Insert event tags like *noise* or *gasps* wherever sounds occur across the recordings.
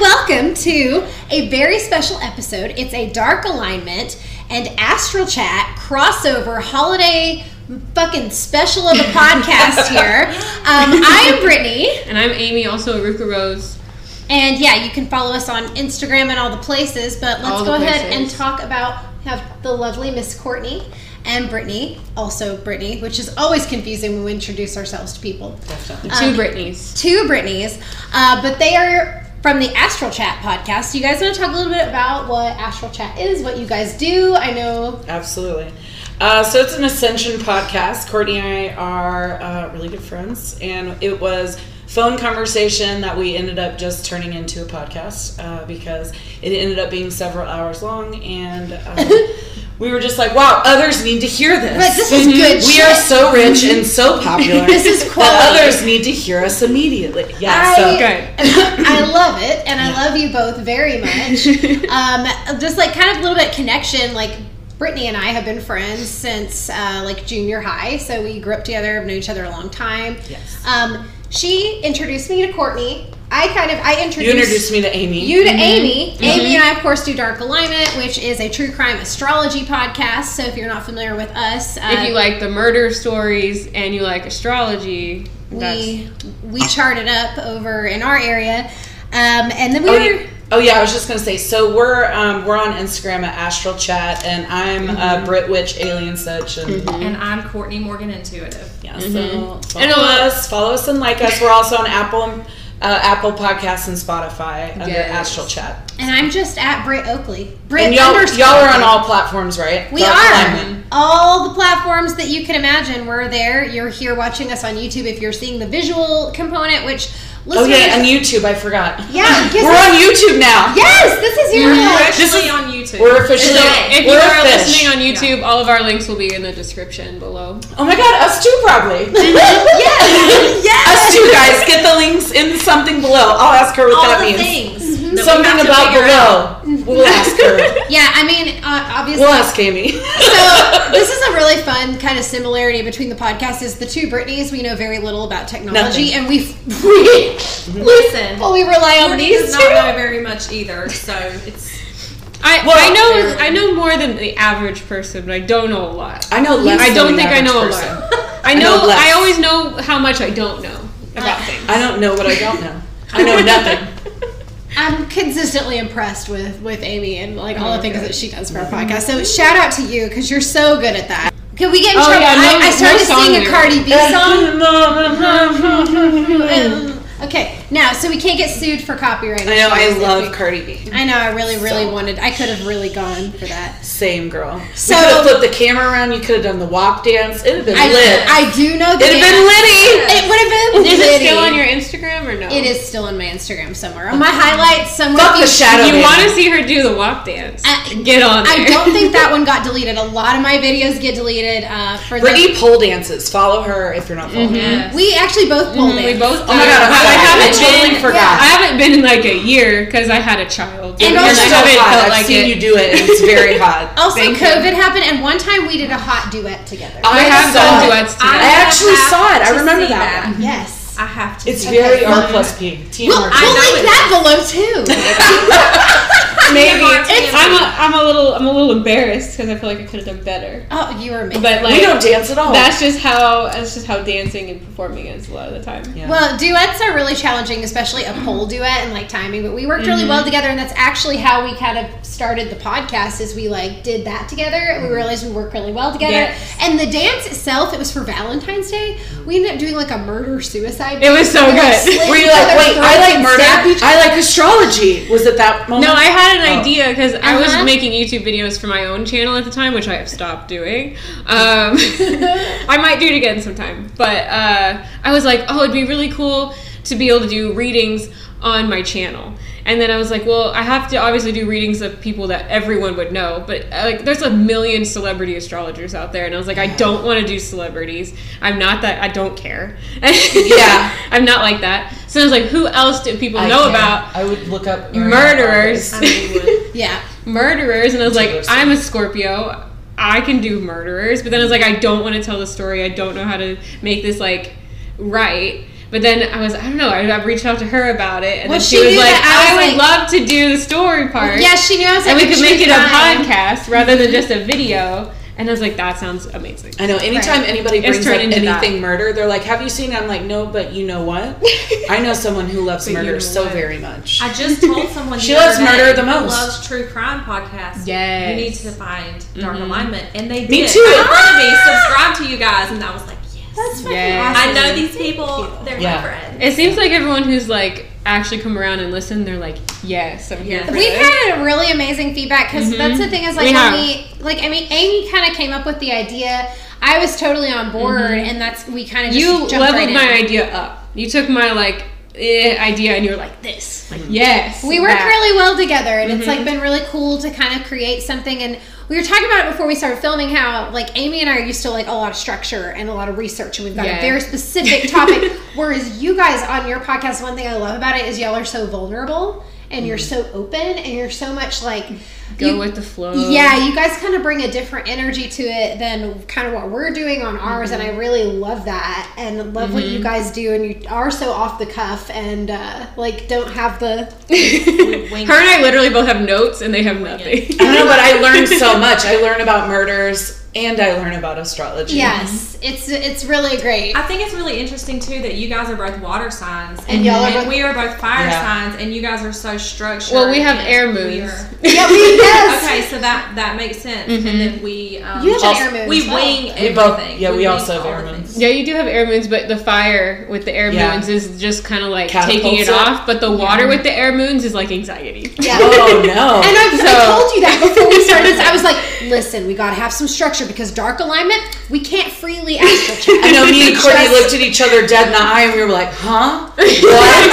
welcome to a very special episode. It's a dark alignment and astral chat crossover holiday fucking special *laughs* of a podcast here. Um, I am Brittany. And I'm Amy, also Aruka Rose. And yeah, you can follow us on Instagram and all the places, but let's All the go ahead and places. talk about have the lovely Miss Courtney and Brittany, also Brittany, which is always confusing when we introduce ourselves to people. The two Um, *laughs* Britneys. Two Brittany's, uh, but they are from the Astral Chat podcast. Do you guys want to talk a little bit about what Astral Chat is, what you guys do? I know Absolutely. Uh, so it's an Ascension podcast. Courtney and I are uh, really good friends, and it was phone conversation that we ended up just turning into a podcast uh, because it ended up being several hours long, *laughs* and uh, we were just like, "Wow, others need to hear this. Right, this is good We are shit. so rich and so popular. *laughs* This is that quality. others need to hear us immediately." Yeah. I, so Okay. *laughs* I love it, and I love you both very *laughs* much. um, just like kind of a little bit of connection, like Brittany and I have been friends since uh, like junior high, so we grew up together, have known each other a long time. Yes. Um, she introduced me to Courtney. I kind of I introduced you introduced me to Amy. you to Amy. Mm-hmm. Amy and I, of course, do Dark Alignment, which is a true crime astrology podcast. So if you're not familiar with us, uh, If you like the murder stories and you like astrology, that's we we chart it up over in our area, um, and then we Oh, were. yeah. Oh, yeah, I was just gonna say. So we're um, we're on Instagram at Astral Chat, and I'm uh, Brit Witch Alien Such, and And I'm Courtney Morgan Intuitive. yeah, so follow And a lot- us, follow us, and like us. We're also on Apple and uh, Apple Podcasts and Spotify under Yes. Astral Chat. And I'm just at Britt Oakley. Britt And y'all underscore y'all are on Oakley. all platforms, right? We Dark are Alignment. all the platforms that you can imagine. We're there. You're here watching us on YouTube if you're seeing the visual component, which Oh listeners, yeah, and YouTube. I forgot. yeah, *laughs* We're yes, on YouTube now. yes, this is your Yes. Actually This is- on YouTube. We're officially. So if you we're are a fish. listening on YouTube, all of our links will be in the description below. oh my god, us too, probably. *laughs* yes, us yes. too, guys. Get the links in something below. I'll ask her what all that the means. things. that we Something have to about figure out. below. *laughs* We'll ask her. Yeah, I mean, uh, obviously, We'll ask Amy. *laughs* so this is a really fun kind of similarity between the podcast is the two Britneys we know very little about technology Nothing. and we *laughs* we Listen, Oh, fully rely on Courtney these does not know two. very much either, so it's I Well, I know I know more than the average person, but I don't know a lot. I know less. I than don't the think I average know person. a lot. I I know know less. I always know how much I don't know Uh, about things. I don't know what I don't know. I *laughs* know nothing. I'm consistently impressed with with Amy and like all the things that she does for our podcast. So shout out to you because you're so good at that. Can we get in Oh, trouble? yeah, no- I, I started no song singing a lyrics. Cardi *laughs* B song. Um, okay, now so we can't get sued for copyright. I know. I issues if love we- Cardi B. I know. I really, really So- wanted. I could have really gone for that. Same girl. So- So, you could have flipped the camera around. You could have done the walk dance. It'd have been I, lit. I do know. the It'd have dance. been litty. It would have been. Is it litty. still on your Instagram or no? It is still on my Instagram somewhere. On my highlights somewhere. Fuck If the shadow. You man. want to see her do the walk dance? I- Get on. There. I don't think *laughs* that one got deleted. A lot of my videos get deleted uh, for the- Brittany pole dances. Follow her if you're not following. Mm-hmm. her. yes. We actually both pulled We it. both. Oh my god! I, I I, haven't totally been. forgot. I haven't been in like a year because I had a child. And I also- You're haven't so hot. felt I've like seen it. you do it, and it's very hot. Also, Thank you. COVID happened, and one time we did a hot duet together. Oh, I have saw done it. duets I together. I actually have saw it. I to remember see that one. yes. I have to. It's see very that. R plus P. Teamwork. We'll, we'll know link it. that below too. Maybe It's- I'm a, I'm a little I'm a little embarrassed because I feel like I could have done better. oh, you were *laughs* amazing. But like we don't dance at all. that's just how that's just how dancing and performing is a lot of the time. Yeah. well, duets are really challenging, especially a pole duet and like timing. But we worked Mm-hmm. really well together, and that's actually how we kind of started the podcast. Is we like did that together, and we realized we work really well together. Mm-hmm. Yes. And the dance itself, it was for Valentine's Day. We ended up doing like a murder suicide. It was so good. *laughs* Were you like, wait, I like murder. I like astrology. Was it that moment? No, I had an Oh. idea because I was Uh-huh. making YouTube videos for my own channel at the time, which I have stopped doing. Um, *laughs* I might do it again sometime, but uh, I was like, oh, it'd be really cool to be able to do readings on my channel. And then I was like, well, I have to obviously do readings of people that everyone would know, but uh, like, there's a million celebrity astrologers out there, and I was like, I don't want to do celebrities. I'm not that. I don't care. *laughs* Yeah. I'm not like that. So I was like, who else do people I know can't. about? I would look up Ariana murderers. Grande. Yeah. *laughs* murderers. And I was like, Taylor Swift. I'm a Scorpio. I can do murderers. But then I was like, I don't want to tell the story. I don't know how to make this like right. But then I was, I don't know, I, I reached out to her about it, and Well, then she, she was knew like, that I, I was would like- love to do the story part. Yeah, she knew I was like, and we could true make it a crime. podcast rather than just a video. And I was like, that sounds amazing. I know. Anytime Right. anybody It's brings up turned into anything that. murder, they're like, "Have you seen?" I'm like, "No," but you *laughs* know what? I know someone who loves But you murder know so what? very much. I just told someone She the other loves murder day, the most. Loves true crime podcast. Yes. you need to find Dark Alignment, and they Me did. too. Right in front of me, subscribe to you guys, and I was like, yes, That's fucking Yes. awesome. I know these people. They're Yeah. my friends. It seems like everyone who's like actually come around and listen, they're like, yes, I'm here. Yeah. for We've this. had really amazing feedback because Mhm. that's the thing is like We when have. we like I mean Amy kind of came up with the idea. I was totally on board, and that's we kind of just Mm-hmm. you jumped leveled right in. my idea up. You took my like eh, idea and you were like this, like yes. We work that. really well together, and it's like been really cool to kind of create something. And we were talking about it before we started filming how like Amy and I are used to like a lot of structure and a lot of research, and we've got Yeah. a very specific topic. Whereas you guys on your podcast, one thing I love about it is y'all are so vulnerable and you're so open and you're so much like go you- with the flow. Yeah, you guys kind of bring a different energy to it than kind of what we're doing on ours, and I really love that and love what you guys do. And you are so off the cuff and uh, like don't have the *laughs* Her and I literally both have notes and they have nothing. *laughs* I don't know, but I *laughs* learned so much. I learn about murders and I learn about astrology. yes. It's it's really great. I think it's really interesting too that you guys are both water signs and, And y'all are both- we are both fire Yeah. signs and you guys are so structured. Well, we have and air we moons. are- *laughs* yeah, we, *laughs* yes. Okay, so that that makes sense. And then we um, You have an air moon we as well. wing We everything. both, yeah, we, wing also have all air the moons. things. Yeah, you do have air moons, but the fire with the air Yeah. moons is just kind of like taking Catapults it it. off. But the water with the air moons is like anxiety. Yeah. *laughs* Oh no! And I've, I So- told you that before we started. I was *laughs* like, listen, we gotta have some structure because dark alignment, we can't freely astral check. I know *laughs* me and Courtney Just- looked at each other dead in the eye and we were like, *laughs* huh? What?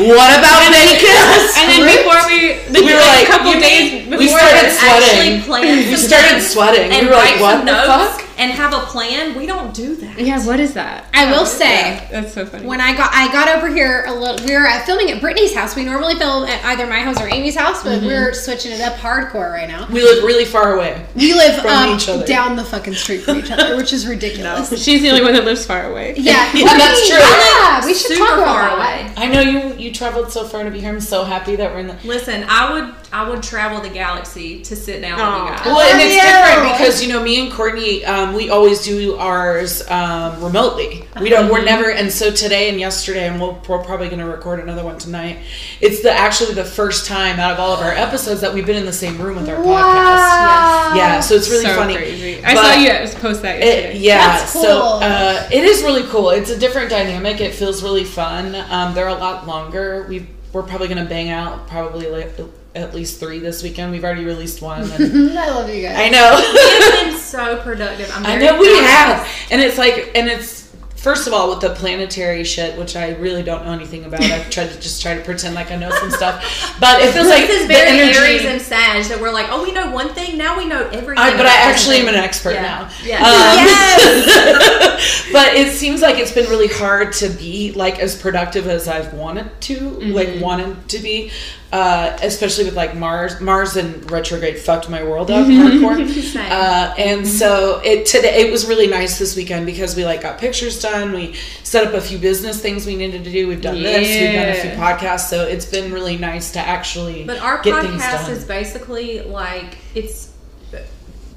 what about an Aeneas? And then before we, the We were like, a couple you days mean- before, we started Actually, sweating. plan. We *laughs* started sweating. and we were write like, what some the notes fuck? and have a plan. We don't do that. yeah, what is that? I will say, That's so funny. when I got I got over here a little. We were uh, filming at Brittany's house. We normally film at either my house or Amy's house, but we're switching it up hardcore right now. We live really far away. We live From um, each other. down the fucking street from each *laughs* other, which is ridiculous. She's the only one that lives far away. *laughs* Yeah, Yeah, Well, that's we- true. Yeah, we should Super talk about far that. away. I know you you traveled so far to be here. I'm so happy that we're in the Listen, I would I would travel the galaxy to sit down Aw. with you guys. Well, and it's Love you. different because you know me and Courtney, um, we always do ours um, remotely. We don't. We're never. And so today and yesterday, and we'll, we're probably going to record another one tonight. It's the actually the first time out of all of our episodes that we've been in the same room with our podcast. Wow. Oh, Yeah, so it's really so funny. crazy. I But saw you post that yesterday. It, yeah, That's so cool. uh, it is really cool. It's a different dynamic. It feels really fun. Um, they're a lot longer. We we're probably going to bang out probably like at least three this weekend. We've already released one. And *laughs* I love you guys. I know. It's been so productive. I'm *laughs* I very know we proud. have. And it's like, and it's, first of all, with the planetary shit, which I really don't know anything about. *laughs* I've tried to just try to pretend like I know some stuff. But it feels like This is the very energy. Aries and Sag that we're like, oh, we know one thing now. We know everything. I, but I about actually am everything. an expert Yeah. now. Um, Yeah. *laughs* *laughs* Yes. but it seems like it's been really hard to be like as productive as I've wanted to, Mm-hmm. like wanted to be, uh, especially with like Mars. Mars and retrograde fucked my world up hardcore. Mm-hmm. *laughs* Same. Mm-hmm. Uh, and so it today it was really nice this weekend because we like got pictures done. We set up a few business things we needed to do. We've done this. We've done a few Yeah. podcasts. So it's been really nice to actually But our get things podcast done. is basically like it's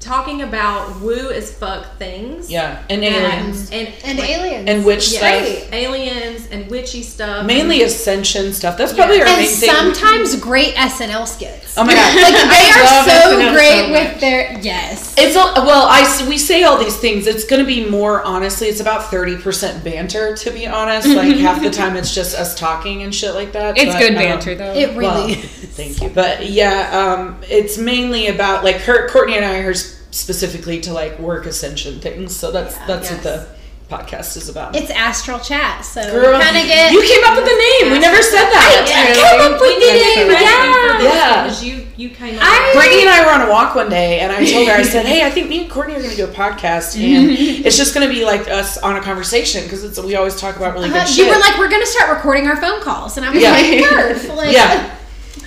talking about woo as fuck things. yeah, and And aliens and, And like, aliens. and witch yeah, stuff. Right. aliens and witchy stuff. mainly ascension stuff. That's probably our And main thing. sometimes great SNL skits. oh my god, Like they I are love SNL so great much. with their yes. It's a, well, I s- we say all these things. It's going to be more honestly. It's about thirty percent banter, to be honest. Mm-hmm. Like half the time, it's just us talking and shit like that. it's but, good um, banter though. It really well, thank you. But yeah, um, it's mainly about like her, Courtney and I are s- specifically to like work ascension things. So that's that's what the podcast is about. *laughs* It's astral chat, so Girl, kind of get you came up with the name. We never said that. I came up with the name, yeah. Uh-huh. Yeah. Because you you came up. I- Brittany and I were on a walk one day, and I told her, I said, "Hey, I think me and Courtney are going to do a podcast, and it's just going to be like us on a conversation because it's we always talk about really good Uh, you shit." were like, we're gonna start recording our phone calls, and I was Yeah. like, "Nerf!" Like, *laughs* "Yeah,"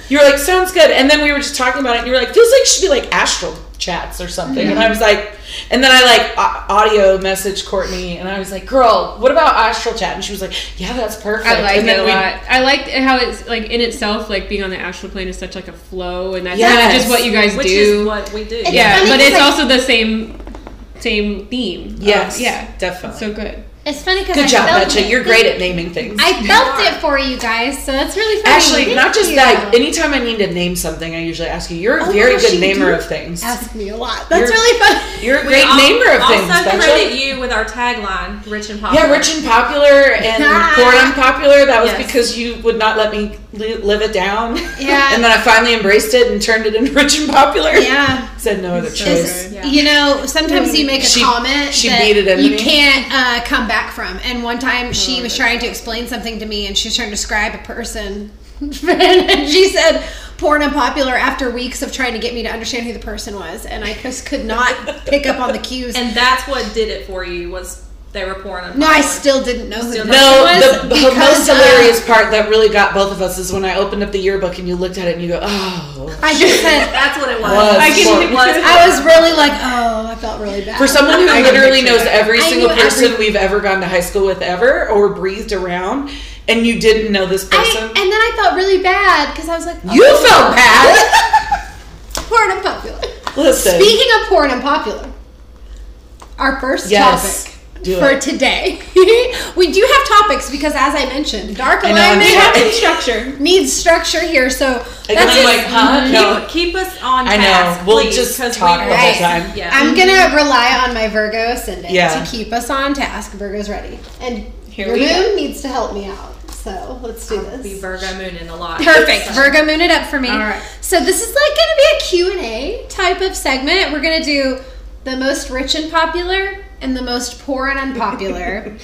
you were like, "Sounds good," and then we were just talking about it, and you were like, "Feels like it should be like astral chats or something. And I was like, and then I like au- audio messaged Courtney, and I was like, girl, what about astral chat? And she was like, yeah, that's perfect. I liked and it then a we- lot. I liked how it's like in itself, like being on the astral plane is such like a flow, and that's Yes. kind of just what you guys Which is do. what we do. It's yeah, funny but 'cause, it's like- also the same, same theme. Yes. Uh, yeah. Definitely. So good. It's funny because Good I job, felt Betcha. it. You're great at naming things. I felt it for you guys, so that's really funny. Actually, Thank not just you. that. Anytime I need to name something, I usually ask you. You're a Oh my very gosh, good you namer do of things. ask me a lot. That's You're- really funny. You're a We great al- namer of also things. credit Betcha. you with our tagline, rich and popular. Yeah, rich and popular and Ah. poor and unpopular. That was Yes. because you would not let me li- live it down. Yeah. *laughs* and then I finally embraced it and turned it into *laughs* rich and popular. Yeah. Said no other so choice. good. Yeah. You know, sometimes you make a She- comment she that beat it into you me. can't uh, come back from. And one time she Oh, was trying to explain something to me, and she was trying to describe a person, *laughs* and she said porn unpopular after weeks of trying to get me to understand who the person was, and I just could not pick up on the cues. and that's what did it for you was they were pouring. on no, I popcorn. still didn't know who. Still the don't- person No, was the, the because, most uh, hilarious part that really got both of us is when I opened up the yearbook and you looked at it and you go, oh. I just said That's what it was. Was I can- It was. I was really like, oh, I felt really bad. For someone who I can literally picture knows that. every I single knew every- person we've ever gone to high school with ever or breathed around, and you didn't know this I, person. and then I felt really bad because I was like, oh, you felt bad. *laughs* porn unpopular. Listen, Speaking of porn and popular, our first Yes. topic Do for it. today. *laughs* we do have topics because, as I mentioned, dark I know, I'm alignment sorry. needs- Structure. needs structure here. So and that's I'm it. like, huh? No. Keep, keep us on. I know. Task, We'll please, just 'cause talk we, the whole time. Yeah. I'm gonna rely on my Virgo ascendant Yeah. to keep us on task. Virgo's ready, and Here your we go. moon needs to help me out. So let's do I'll be this. Virgo moon in a lot. Perfect. *laughs* So- Virgo, moon it up for me. All right. So this is like going to be a Q&A type of segment. We're going to do the most rich and popular and the most poor and *laughs* unpopular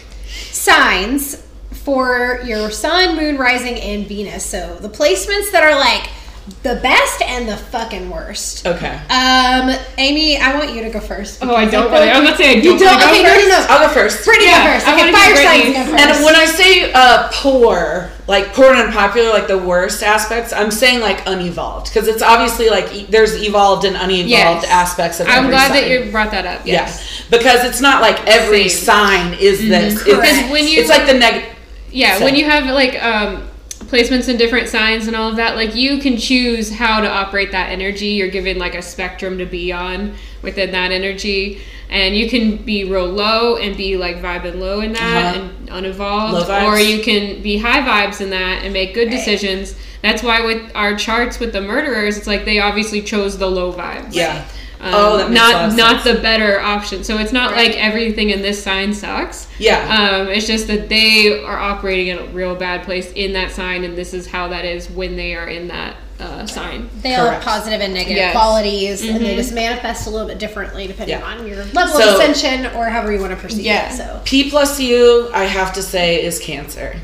signs for your sun, moon, rising, and Venus. So the placements that are like the best and the fucking worst. Okay. Um, Amy, I want you to go first. Oh, I because don't feel really. like I was gonna say I don't. You don't. wanna go Okay, no, first. no, no. I'll go first. Pretty Yeah, go first. I Okay, wanna fire hear signs Brittany's. go first. And when I say uh, poor, like poor and unpopular, like the worst aspects, I'm saying like unevolved because it's obviously like e- there's evolved and unevolved Yes. aspects of. I'm every glad sign. that you brought that up. Yes. Yes. Because it's not like every Same. sign is this. Correct. It's, Because when you it's like the negative. Yeah, So- when you have like um, placements in different signs and all of that, like you can choose how to operate that energy. You're given like a spectrum to be on within that energy, and you can be real low and be like vibing low in that Uh-huh. and Low unevolved, vibes. or you can be high vibes in that and make good decisions. That's why with our charts with the murderers, it's like they obviously chose the low vibes. Yeah. Um, Oh, that makes not a lot of not the better option. So it's not like everything in this sign sucks. Yeah. Um, it's just that they are operating in a real bad place in that sign, and this is how that is when they are in that uh, sign. They all have Correct. positive and negative Yes. qualities, and they just manifest a little bit differently depending Mm-hmm. Yeah. on your level So- of ascension or however you want to perceive Yeah. it. *laughs* So, P plus U, I have to say, is cancer.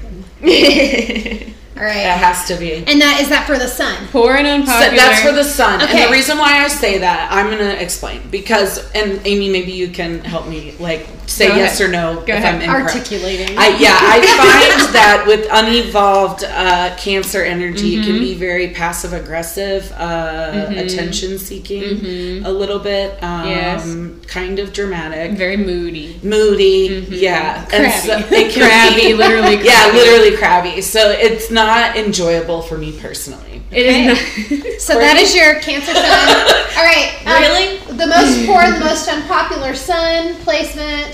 all right, It has to be. and that is that for the sun. Poor and So unpopular. that's for the sun. And Okay. the reason why I say that, I'm going to explain. Because, and Amy, maybe you can help me, like, say Go yes ahead. or no Go if ahead. I'm incorrect. Articulating. I, yeah, *laughs* I find that with unevolved uh, cancer energy, it can Mm-hmm. be very passive aggressive, uh, attention seeking, Mm-hmm. a little bit, um, Yes. kind of dramatic, very moody, moody, yeah, Mm-hmm. *laughs* Crabby. it can crabby, *laughs* be- literally. Crabby. yeah, literally crabby. So it's not enjoyable for me personally. It is So that is your Cancer sun. *laughs* all right, um, Really? the most poor, and the most unpopular sun placement.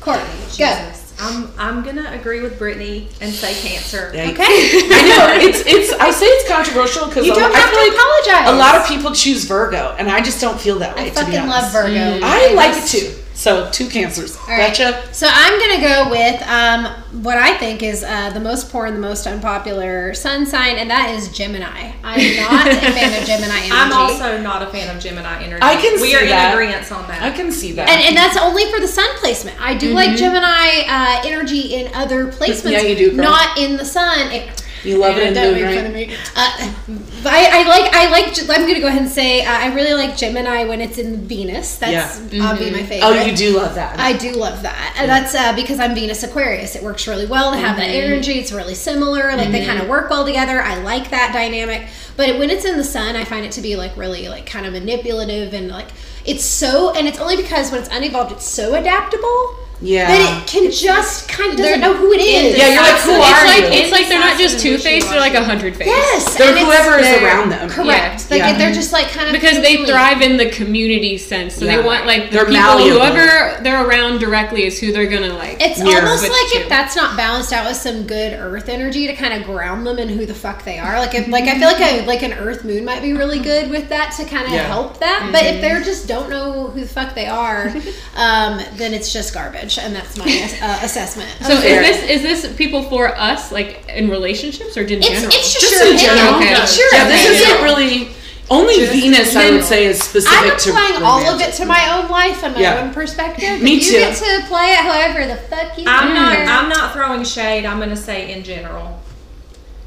Courtney, go. Jesus. I'm I'm gonna agree with Brittany and say cancer. Yeah. Okay, I know it's it's. I say it's controversial because *laughs* you don't I have feel like to apologize. a lot of people choose Virgo, and I just don't feel that way. I to be fucking love honest. Mm. Virgo. I like it just- too. So two cancers. All right. Betcha. So I'm gonna go with um, what I think is uh, the most poor and the most unpopular sun sign, and that is Gemini. I'm not a fan of *laughs* Gemini energy. I'm also not a fan of Gemini energy. I can we see are that. in agreement on that. I can see that. and, and that's only for the sun placement. I do like Gemini uh, energy in other placements. Mm-hmm. Yeah, you do, girl. Not in the sun. It You love it in Don't Moon, make fun of right? me. Uh, I, I like I like. I'm gonna go ahead and say uh, I really like Gemini when it's in Venus. That's Yeah. probably my favorite. Oh, you do love that. I do love that. And that's uh, because I'm Venus Aquarius. It works really well to have that Mm-hmm. energy. It's really similar. Like they kind of work well together. I like that dynamic. But it- when it's in the sun, I find it to be like really like kind of manipulative and like it's so. And it's only because when it's unevolved, it's so adaptable yeah. that it can just kind of doesn't know who it is. yeah, you're like, who it's are like you? it's like they're not just Sassy two and faced; they're like a wishy-washy. hundred faced. yes, They're and it's whoever is their- around them. Correct. Yeah. Like Yeah. they're just like kind of because they fluid. thrive in the community sense, so Yeah. they want like the They're people, malleable. whoever they're around directly is who they're gonna like. It's mirror almost switch like to. if that's not balanced out with some good Earth energy to kind of ground them in who the fuck they are. Like, if like I feel like a like an Earth Moon might be really good with that to kind of Yeah. help that. But if Mm-hmm. they're just don't know who the fuck they *laughs* are, um, then it's just garbage, and that's my uh, assessment. so Um, fair. is this is this people for us like in relationships or in it's general? it's just, Just your in opinion. general. Okay. It's your yeah, this opinion. isn't really. Only Venus, I general. would say, is specific I'm to. applying all of it romantic. to my own life and my Yeah. own perspective. Me but too. You get to apply it however the fuck you I'm not. want. I'm not throwing shade. I'm gonna say in general.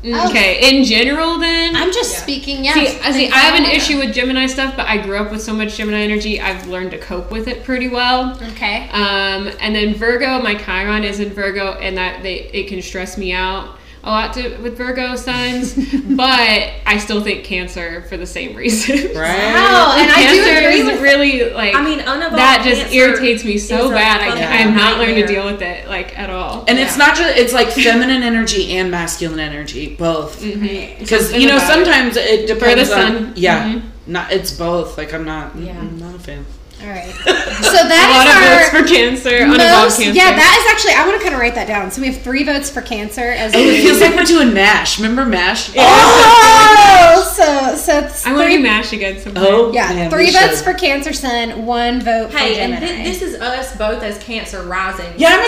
Oh. Mm, okay, in general, then I'm just Yeah. speaking. Yeah. See, I- see, I have an issue with Gemini stuff, but I grew up with so much Gemini energy. I've learned to cope with it pretty well. okay. Um, and then Virgo, my Chiron is in Virgo, and that they it can stress me out a lot to, with Virgo signs. but I still think Cancer for the same reason. *laughs* Right. Wow, Oh, and I do Cancer agree is with really like I mean, unevolved that just Cancer irritates me so is a bad. I, fucking I have not learned to nightmare. deal with it like at all. And it's not just it's like feminine energy and masculine energy, both. Mm-hmm. Because you know about it. sometimes it depends sun. on yeah, Mhm. not it's both. Like I'm not Yeah. I'm not a fan. *laughs* All right. *laughs* So a lot of that is votes our for Cancer, unevolved most. Cancer. Yeah, that is actually. I want to kind of write that down. So we have three votes for cancer as. Oh, it a- feels like we're doing Mash. Remember Mash? *laughs* oh, so so it's I want to three. be mash again sometime. Oh yeah, man, we three votes should. for Cancer Sun, one vote for Hey, and Gemini. thi- this is us both as Cancer rising. *laughs* Yeah, I'm a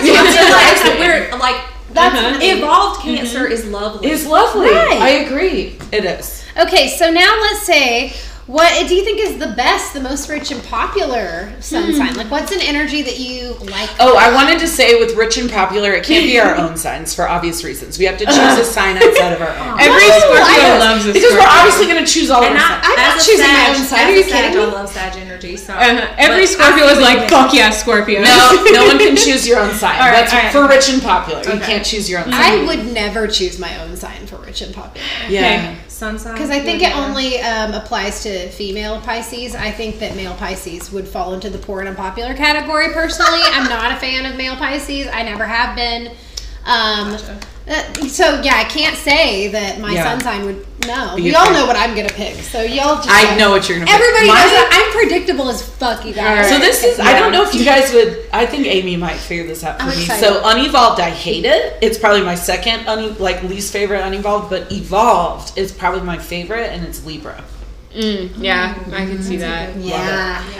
*laughs* Cancer rising. like, We're like That's Uh-huh. nice. evolved Cancer Mm-hmm. is lovely. It's lovely. Right. I agree. It is. okay. So now let's say. What do you think is the best, the most rich and popular sun sign? Like, what's an energy that you like? Oh, I wanted to say with rich and popular, it can't be our *laughs* own signs for obvious reasons. We have to choose a sign outside of our own. Every No, Scorpio I- loves this. because we're obviously going to choose all of and our signs. I, I'm as not a choosing my Sag, own side. as Are you a Sag, kidding me? Uh-huh. I love Sag energy. So uh *laughs* Every but Scorpio I is feel like, fuck yeah, Scorpio. *laughs* No, no *laughs* one can choose your own sign. right, That's all right. for rich and popular. You can't choose your own sign. I would never choose my own sign for rich and popular. yeah. Sun sign. Because I think would it be- only um, applies to female Pisces. I think that male Pisces would fall into the poor and unpopular category. Personally, *laughs* I'm not a fan of male Pisces. I never have been. Um, uh, so yeah, I can't say that my Yeah. sun sign would. No, Be we a all fan. know what I'm gonna pick. So y'all. Just I know what you're going to Everybody knows that I'm predictable as fuck, you guys. So this is I Yeah. don't know if you guys would I think Amy might figure this out for I'm me. excited. So unevolved I hate it. It's probably my second un, like least favorite unevolved, but evolved is probably my favorite and it's Libra. Mm, yeah, I can Mm, see that. Yeah.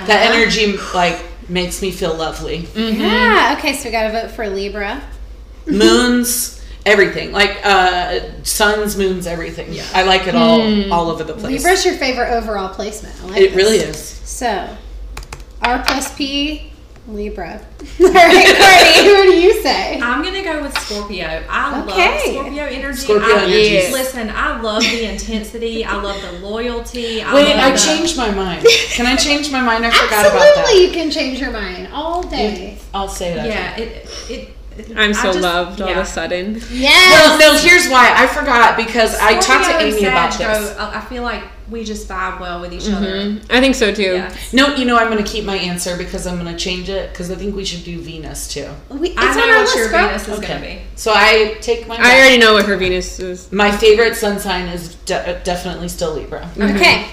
That energy like makes me feel lovely. Yeah. Okay, so we gotta vote for Libra. Moons, everything. Like uh suns, moons, everything. I like it all all over the place. Libra's your favorite overall placement. I like it this. really is. So, R plus P, Libra. *laughs* All right, Courtney, *laughs* what do you say? I'm gonna go with Scorpio. I Okay. love Scorpio energy. Scorpio I, energy. Yes. Listen, I love the intensity. I love the loyalty. I Wait, love I the- changed my mind. Can I change my mind? I forgot about that. Absolutely, you can change your mind all day. I'll say that. Yeah, it. it, it I'm so I just- loved all of yeah. a sudden. Yes. Well, no, here's why. I forgot because I talked to Scorpio and Amy about Sag go- this. I I feel like we just vibe well with each other. Mhm. I think so too. Yeah. No, you know, I'm going to keep my answer because I'm going to change it because I think we should do Venus too. we, it's I on know our what list, your girl. Venus is gonna be. So I take my. I already know what her Venus is. my favorite sun sign is de- definitely still Libra. Okay.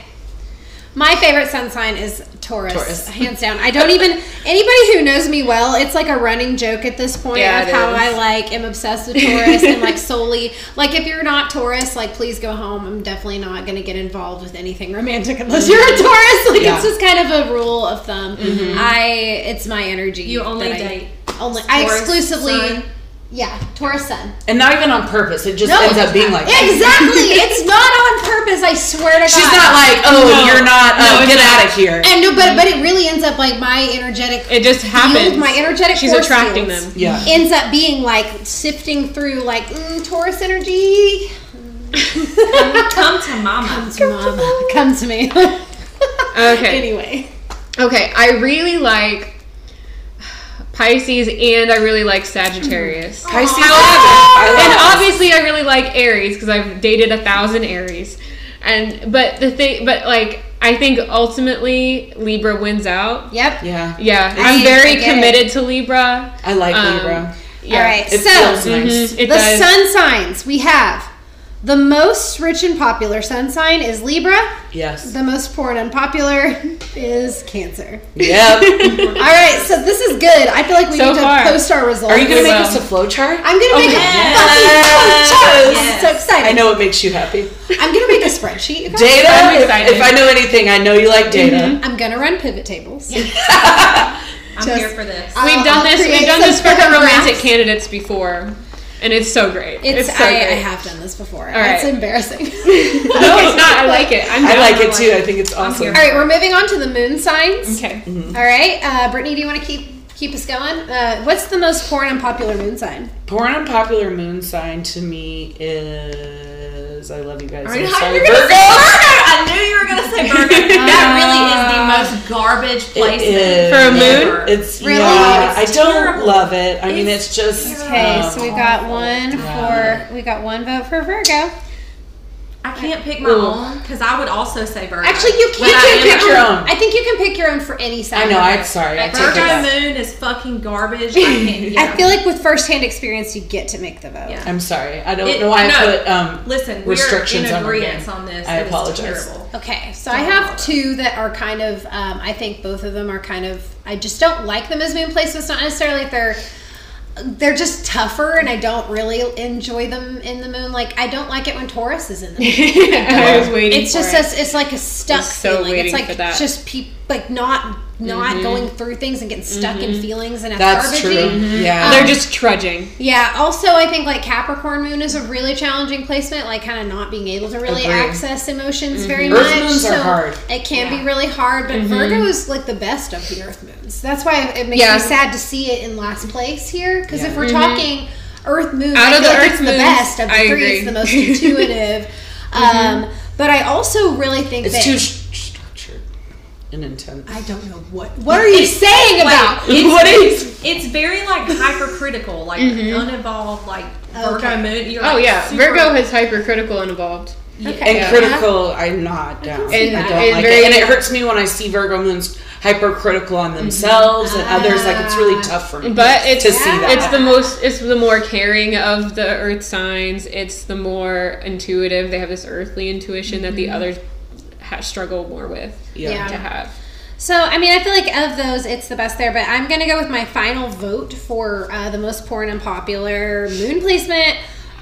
My favorite sun sign is Taurus, *laughs* Taurus. hands down. I don't even anybody who knows me well, it's like a running joke at this point Yeah, of it how is. I like am obsessed *laughs* with Taurus and like solely like if you're not Taurus, like please go home. I'm definitely not going to get involved with anything romantic unless you're a Taurus. Like Mm-hmm. Yeah. Mm-hmm. it's just kind of a rule of thumb. I it's my energy. You only that I- date only I Taurus exclusively sun. yeah Taurus sun. And not even on purpose. It just No, ends up *laughs* being like. that. Exactly. *laughs* it's not on purpose. I swear to God. She's not like, oh, No. you're not. No, Oh, it's get not. out of here. And no, but but it really ends up like my energetic It just happens. field, my energetic. She's force attracting fields them. yeah. Ends up being like sifting through like mm, Taurus energy. Mm, Come, come to mama. Come to mama. Come to me. Okay. Anyway. Okay, I really like Pisces and I really *laughs* like Sagittarius. Pisces. and I love it. obviously I really like Aries because I've dated a thousand Aries. And but the thing but like I think ultimately Libra wins out. Yep. Yeah, Yeah, I I'm very get it. committed to Libra. I like Um, Libra. Yeah. All right. It so feels Mhm, nice. It the does. sun signs we have the most rich and popular sun sign is Libra. Yes. *laughs* The most poor and unpopular *laughs* is Cancer. yep. All right, so this is good. I feel like we So need to far. post our results. Are you gonna make Well. us a flow chart? I'm gonna make a yes. fucking post. Yes. So excited. I know it makes you happy. I'm gonna make a spreadsheet. you guys. Data. I'm if- excited. If I know anything, I know you like data. I'm gonna run pivot tables. I'm Just- here for this. I'll We've done this create we've done some this for her fucking romantic graphs. candidates before. And it's so great. It's, It's, so I, great. I have done this before. right. It's *laughs* embarrassing. no, it's not. I like it. I'm I down. like it too. I think it's awesome. here. All right, we're moving on to the moon signs. Okay. All right, uh, Brittany, do you want to keep keep us going? Uh, what's the most poor and unpopular moon sign? Born unpopular moon sign to me is I love you guys. Are you- I'm sorry, you're gonna Virgo. say Virgo. I knew you were gonna say Virgo. that really is the most garbage is. placement For a moon? ever. It's Really? yeah. It's I don't terrible. love it. I mean, It's it's just Okay, um, Oh, so we got one Yeah. for we got one vote for Virgo. I can't pick my Ooh. own because I would also say Virgo. Actually, you But I can't am- pick your your own. own. I think you can pick your own for any I sign. know. I'm sorry. I take it Virgo back. moon is fucking garbage. I can't. Yeah. I feel like with firsthand experience, you get to make the vote. Yeah. I'm sorry. I don't It- know why I no. put um. Listen, we're in Restrictions on her agreement game. on this. I It is apologize. terrible. Okay, so I have two that are kind of. Um, I think both of them are kind of. I just don't like them as moon placements. Not necessarily that they're. They're just tougher, and I don't really enjoy them in the moon. Like I don't like it when Taurus is in the moon. Mm-hmm. *laughs* I was waiting. It's for just it. a, it's like a stuck It's so feeling. It's waiting like for that. Mm-hmm. just people like not not going through things and getting stuck in feelings and it's That's true. garbagey. Yeah. They're just trudging. Yeah. Also, I think like Capricorn Moon is a really challenging placement, like kind of not being able to really Agree. Mm-hmm. access emotions very Earth much. moons are hard. It can Yeah. be really hard, Mm-hmm. but Virgo is like the best of the Earth moons. That's why it makes Yeah. Mm-hmm. me sad to see it in last place here. Because if Yeah. we're talking Earth moon, Out I of feel the like Earth it's the moons, best of the I three. It's agree. Mm-hmm. the most *laughs* intuitive. um, but I also really think it's that too sh- structured and intense. *laughs* I don't know what. What are you saying about? What is? It's very like hypercritical, like unevolved, like Virgo Okay. moon. You're Oh like, yeah, super- Virgo has hypercritical and evolved. Okay. and Yeah. critical, I'm not down. And- I and don't like very- it, and it hurts me when I see Virgo moons hypercritical on themselves and others. Like it's really tough for me. But it's to see that. it's the most it's the more caring of the earth signs. It's the more intuitive. They have this earthly intuition that Mm-hmm. the others ha- struggle more with yeah. Yeah. to have. So, I mean, I feel like of those, it's the best there, but I'm going to go with my final vote for uh, the most poor and unpopular moon placement.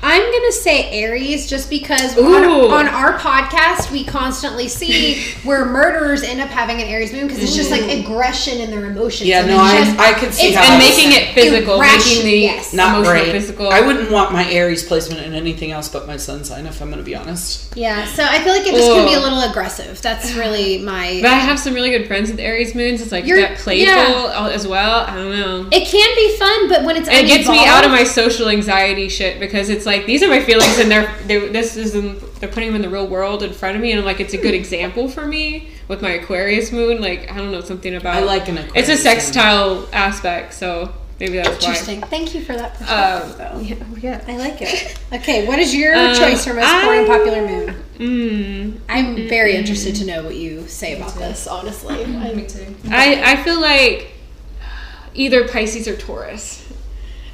I'm going to say Aries just because on, Ooh. on our podcast, we constantly see *laughs* where murderers end up having an Aries moon because it's just like aggression in their emotions. Yeah, and no, it's I, just- I could see it's- how and And that would making sound. it physical, Irrational, making the yes. not emotional great. physical. I wouldn't want my Aries placement in anything else but my sun sign. If I'm going to be honest, yeah, so I feel like it just can be a Ooh. little aggressive. That's really my. But I have some really good friends with Aries moons. It's like You're- that playful yeah. al- as well. I don't know. it can be fun, but when it's And it gets me out of unevolved- my social anxiety shit because it's like these are my feelings and they're, they this is in, they're putting them in the real world in front of me and I'm like it's a good example for me with my Aquarius moon like I don't know something about I like an it's Aquarius. a moon. sextile aspect so maybe that's Interesting. Thank you for that why perspective, um, though. yeah, oh, yeah. I like *laughs* it. Okay, what is your Um, choice for most poor and I- popular moon? Mm. Mm-hmm. I'm very interested to know what you say about this, honestly. Me too. I I feel like either Pisces or Taurus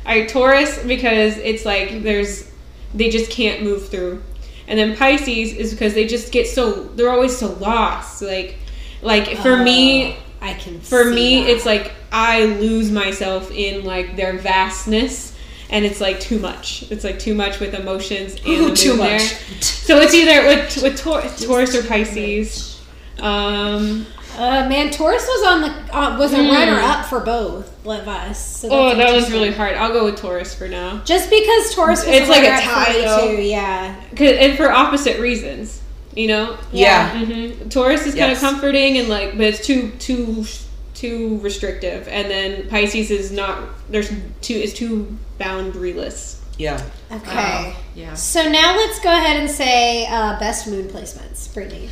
I Taurus because it's like there's they just can't move through. And then Pisces is because they just get so they're always so lost. Like like for Oh, me I can for me it's like I lose myself in like their vastness and it's like too much. It's like too much with *laughs* emotions and Ooh, the too moon there. much. So it's either with with Taur- Taurus or Pisces. Um uh, man, Taurus was on the uh, was a runner up for both of us. So that's Mm. oh, that was interesting. really hard. I'll go with Taurus for now. just because Taurus was It's like a runner-up for tie, me, though. too. Yeah, 'Cause- and for opposite reasons you know Yeah. hmm taurus is kind of Yes. comforting and like but it's too too too restrictive and then pisces is not there's too is too boundaryless yeah, Yeah. Okay. Oh, Yeah. So now let's go ahead and say uh, best moon placements, Brittany.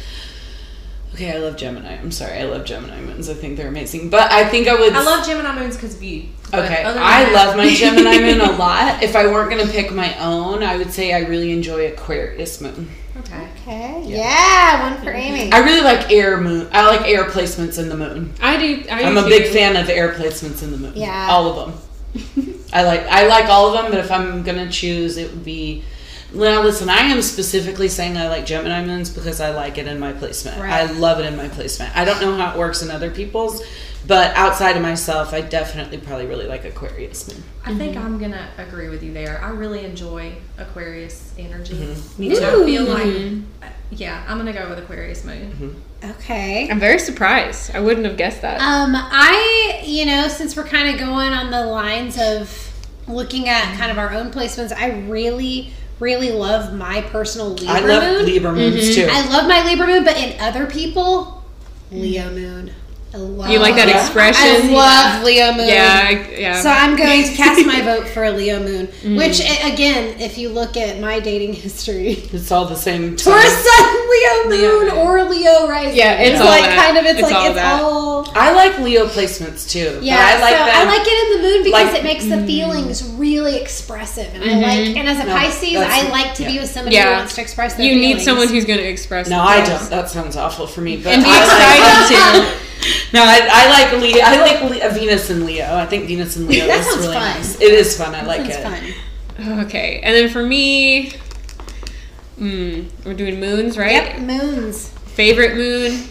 Okay, I love Gemini. I'm sorry, I love Gemini moons. I think they're amazing. But I think I would. I love Gemini moons because view. but Okay, other than I that- love my Gemini moon a lot. If I weren't gonna pick my own, I would say I really enjoy Aquarius moon. okay. Okay. Yeah, Yeah. one for Amy. I really like air moon. I like air placements in the moon. I do. I do I'm a too. big fan of air placements in the moon. Yeah. all of them. I like I like all of them, but if I'm gonna choose, it would be. Now listen, I am specifically saying I like Gemini moons because I like it in my placement. Right. I love it in my placement. I don't know how it works in other people's, but outside of myself, I definitely probably really like Aquarius moon. I think I'm gonna agree with you there. I really enjoy Aquarius energy. Me And I feel Ooh. like, uh, yeah, I'm gonna go with Aquarius moon. Okay. I'm very surprised. I wouldn't have guessed that. Um, I, you know, since we're kind of going on the lines of looking at kind of our own placements, I really, really love my personal Libra I love moon. Mm-hmm. Libra moons too. I love my Libra moon, but in other people, Leo moon. I love you like that Yeah. I expression? love Leo Um, moon. yeah, I- yeah. So I'm going to cast *laughs* my vote for a Leo moon, Mm. which a- again, if you look at my dating history, *laughs* It's all the same. or time. sun Leo moon moon. or Leo rising. Yeah, it's it's all like that. kind of it's, It's like all it's that. all. I like Leo placements too. but Yeah, I like so them. I like it in the moon because like- mm-hmm. it makes the feelings really expressive, and I like. And as a No, Pisces, that's- I like to be yeah. with somebody who Mm-hmm. Yeah. wants to express their you feelings. need someone who's going to express. no, it. I don't. That sounds awful for me. But And be I excited like, too. No, I, I like Leo. I like Le- uh, Venus and Leo. I think Venus and Leo That is sounds really fun. nice. It is fun. I like Sounds it. fun. Okay, and then for me, mm, we're doing moons, right? Yep, moons. Favorite moon.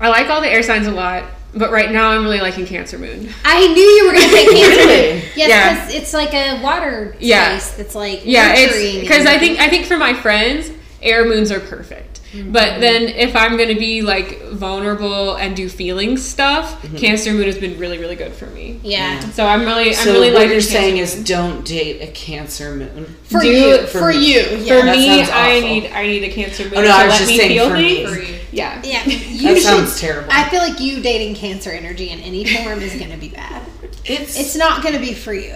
I like all the air signs a lot, but right now I'm really liking Cancer Moon. I knew you were going to *laughs* say Cancer moon. Really? *clears throat* Yes, Yeah. because it's like a water space Yeah. that's like Yeah, it's nurturing because and- I think I think for my friends, air moons are perfect. Mm-hmm. But then if I'm gonna be like vulnerable and do feeling stuff, Mm-hmm. Cancer Moon has been really really good for me. yeah. So I'm really I'm So really what liking you're Cancer saying Moon. is don't date a Cancer moon. For Do you, it for, for you, me. yeah. for That me, sounds I awful. Oh, need I need a Cancer Moon no, to I was let just me saying feel for me. things. For you. Yeah. Yeah, you That should- sounds terrible. I feel like you dating cancer energy in any form is going to be bad. It's It's it's not going to be for you.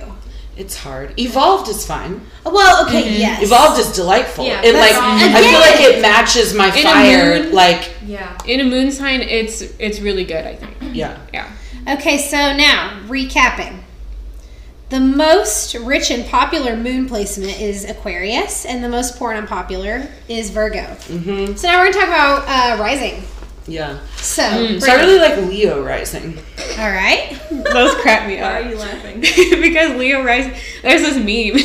it's hard. Evolved is fine. Well, okay, Mm-hmm. yes. Evolved is delightful. Yeah, it like that's all. I feel like Again. it matches my a fire. moon. Like Yeah. In a moon sign, it's it's really good. I *laughs* think. yeah. Yeah. Okay, so now recapping. The most rich and popular moon placement is Aquarius, and the most poor and unpopular is Virgo. hmm So now we're going to talk about uh, rising. Yeah. So, So I really like Leo rising. all *laughs* right. Those crap me up. Why are *laughs* you laughing? *laughs* because Leo rising. There's this meme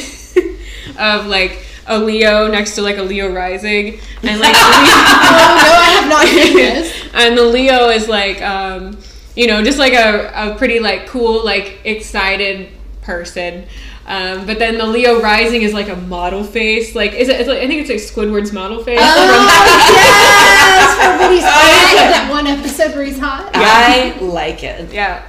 *laughs* of like a Leo next to like a Leo rising, and like Oh, no, I have not seen this. and the Leo is like um, you know just like a, a pretty like cool like excited person. Um, but then the Leo rising is like a model face. Like is it? It's like, I think it's like Squidward's model face. Oh, yes! For when he's Oh, hot, that one episode where he's hot. *laughs* *laughs* I like it. yeah,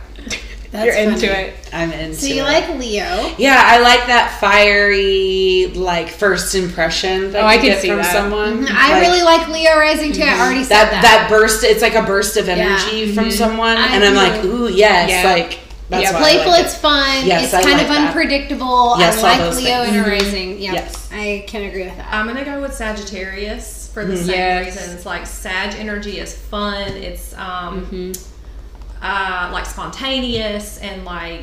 That's you're into funny. it. I'm into. So you it. like Leo. Yeah, I like that fiery, like first impression that Oh, I you can get see from that. someone. Mm-hmm. I Mm, Like, Mm-hmm. really like Leo rising too. I already said that, that. that burst. It's like a burst of Yeah. energy from someone, I and I'm agree. like, ooh, yes, Mm-hmm. Yeah. like that's Yeah. why I Playful, like it's it. fun. Yes, it's I kind like of that. unpredictable. Yes, all I like those Leo things. Mm-hmm. and a rising. Yeah, Yes. I can agree with that. I'm gonna go with Sagittarius for Mm-hmm. the same Yes. reasons. Like Sag energy is fun. It's um, Mm-hmm. uh, like spontaneous and like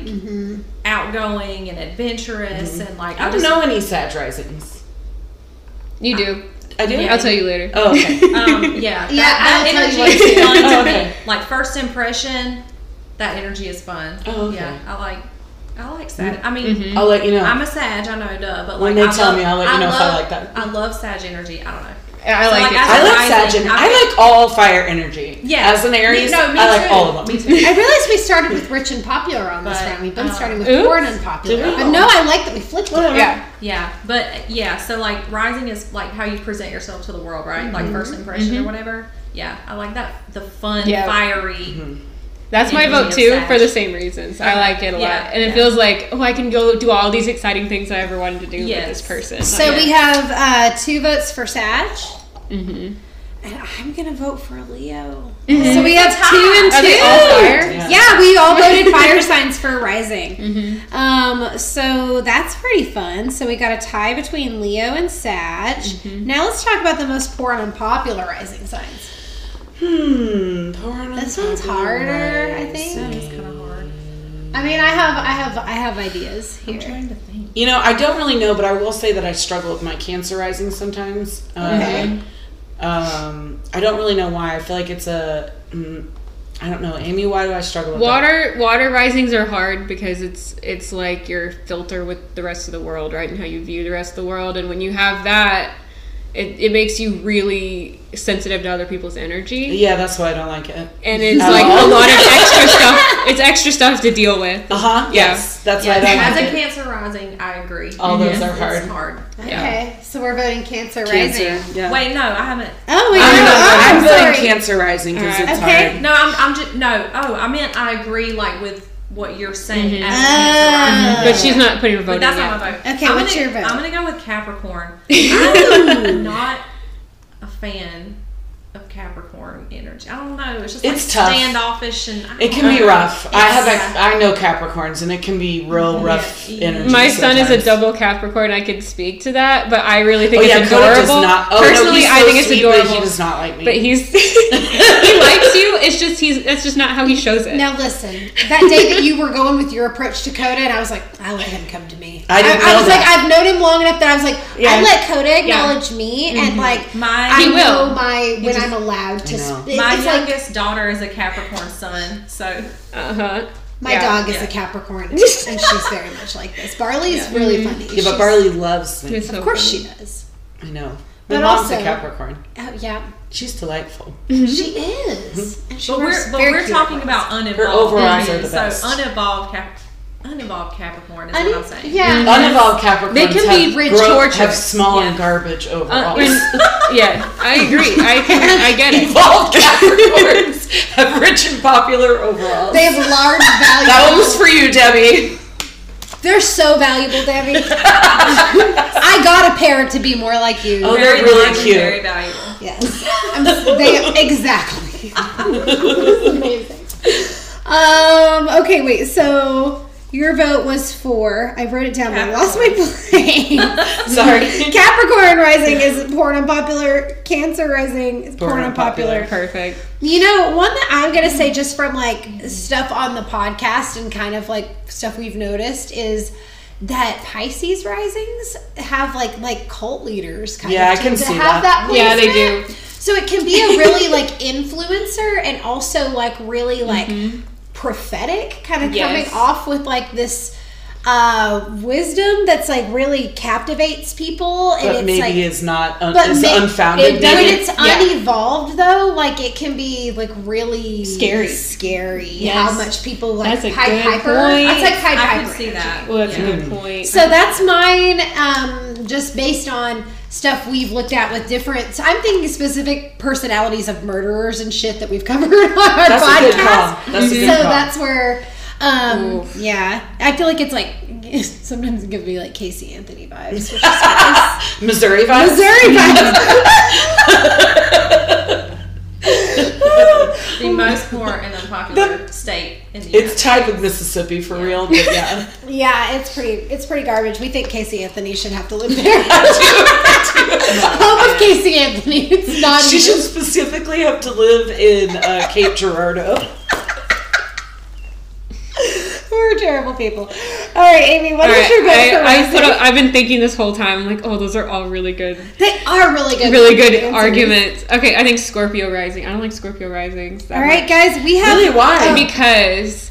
outgoing and adventurous and like Mm-hmm. I don't know any Sag risings. You do. I do. I'll tell you later. Oh, *laughs* okay. *laughs* Um, yeah, that, Yeah, that I'll tell energy you what is it is. fun Oh, *laughs* to okay. me. Like first impression, that energy is fun. Oh, okay. yeah, I like, I like Sag. I mean, I'll let you know. I'm a Sag, I know, duh, but like When they I tell love- me, I'll let you know if I love- like that. I love Sag energy. I don't know. I like like, it. I- I like rising. Sag. and- I Okay. like all fire energy. Yeah, As an Aries, Me- no, me I like too. all of them. Me too. I realize we started with rich and popular on this But, round. We've been uh, starting with oops. poor and unpopular. Did we? But no, I like that we flipped it. yeah. Yeah, but yeah, so like rising is like how you present yourself to the world, right? Mm-hmm. Like first impression or whatever. Yeah, I like that. The fun, Yeah. fiery. Mm-hmm. That's my Yeah, vote it's too sad. for the same reasons. I Okay. like it a Yeah, lot, and it yeah. feels like oh, I can go do all these exciting things I ever wanted to do Yes. with this person. Mm-hmm. So we have uh, two votes for Sag. hmm And I'm gonna vote for Leo. Mhm. So we have two and two. Are they all fire? Yeah. Yeah. we all voted fire signs for Rising. Um, so that's pretty fun. So we got a tie between Leo and Sag. Now let's talk about the most poor and unpopular Rising signs. Hmm. Porn This on one's top of harder, I rice. think. It's kind of hard. I mean, I have, I have, I have ideas I'm here. trying to think. You know, I don't really know, but I will say that I struggle with my cancer rising sometimes. Um, Okay. Um, I don't really know why. I feel like it's a. Mm, I don't know, Amy. Why do I struggle with that? Water water risings are hard because it's it's like your filter with the rest of the world, right? And how you view the rest of the world. And when you have that, it, it makes you really sensitive to other people's energy. Yeah, that's why I don't like it. And it's Oh. like a lot of extra stuff. It's extra stuff to deal with. Uh huh. Yeah. Yes, that's why Yeah, I as don't a like it. cancer rising, I agree. All those Mhm. are hard. It's hard. Yeah. Okay, so we're voting Cancer, Rising. Cancer. Yeah. Wait, no, I haven't. Oh, we I'm, know. not- I'm, I'm voting sorry. cancer rising because Alright. it's Okay. hard. No, I'm, I'm just no. Oh, I meant I agree, like with what you're Mm-hmm. saying. As a cancer rising. Oh. But she's not putting her vote But in that's yet. not my vote. Okay, I'm what's gonna, your vote? I'm gonna go with *laughs* Capricorn. I'm not a fan of Capricorn energy. I don't know. It's just It's like tough. standoffish and I It don't can be know. rough. I have It's- a, I know Capricorns, and it can be real rough Yeah. energy. My son is sometimes. a double Capricorn. I could speak to that, but I really think Oh it's yeah, Coda adorable. does not. Oh, no, Personally, he's so I think it's sweet, adorable. But he does not like me. But he's *laughs* he likes you. It's just he's that's just not how he shows it. Now listen, that day that you were going with your approach to Coda, and I was like, I let him come to me. I didn't I, know was that. like, I've known him long enough that I was like, I Yeah. Mm-hmm. let Coda acknowledge me, and like My I He will. know my when just- I'm allowed to. I know. Sp- my it's like youngest daughter is a Capricorn sun, so Uh huh. my dog is a Capricorn, *laughs* and she's very much like this. Barley's really funny. yeah, She's- but Barley loves me. Of course she does. I know. My But mom's also- a Capricorn. Oh yeah, She's delightful. Mm-hmm. she is. And she But wears we're but very we're cute talking clothes. about unevolved. overalls are the so best. unevolved Cap unevolved Capricorn is Un- what I'm saying. yeah. Mm-hmm. Unevolved Capricorns They can be have rich grow- torturers. Have small and Yeah. garbage Uh, overall. when- *laughs* yeah, I agree. I can, I get it. *laughs* Evolved Capricorns have rich and popular overalls. They have large value. that one was for you, Debbie. *laughs* They're so valuable, Debbie. I got a pair to be more like you. Oh, Very they're really valuable, cute. Very valuable. Yes. I'm, they, exactly. Amazing. Um, okay, wait. So your vote was for. I wrote it down, but I lost my place. *laughs* Sorry. Capricorn rising is porn unpopular. Cancer rising is porn, Porn unpopular. unpopular. Perfect. You know, one that I'm going to say just from like stuff on the podcast and kind of like stuff we've noticed is that Pisces risings have like like cult leaders kind Yeah, of I can tend to see have that. that. Yeah, they placement. So it can be a really *laughs* like influencer and also like really like prophetic kind of Mm-hmm. Yes. coming off with like this uh wisdom that's like really captivates people and But it's maybe like is not un- but is ma- unfounded. It, maybe. when it's unevolved though, like it can be like really Scary. Scary. Yes. How much people like That's a Pied good Piper. point. That's like Pied I Piper. can see energy. that. Well, that's Yeah. a good point. So that's mine. Um, just based on stuff we've looked at with different. So I'm thinking specific personalities of murderers and shit that we've *laughs* covered on our That's a podcast. good call. That's a good so call. that's where. Um, yeah, I feel like *laughs* it's like sometimes it gives me like Casey Anthony vibes. Which *laughs* is nice. Missouri *laughs* vibes. Missouri vibes. The most poor and unpopular state in the United It's tied with Mississippi for real, but yeah. *laughs* *laughs* yeah, it's pretty. It's pretty garbage. We think Casey Anthony should have to live *laughs* there. *laughs* Home of Casey Anthony. It's not. She even- should specifically have to live in uh, *laughs* Cape Girardeau. We're terrible people. All right, Amy. What All is right, your vote for I, I Rising? put up, I've been thinking this whole time, like, oh, those are all really good, They are really good. really good answers. arguments. Okay, I think Scorpio rising. I don't like Scorpio risings. that All right, guys. We have Really, why? Um, Oh, because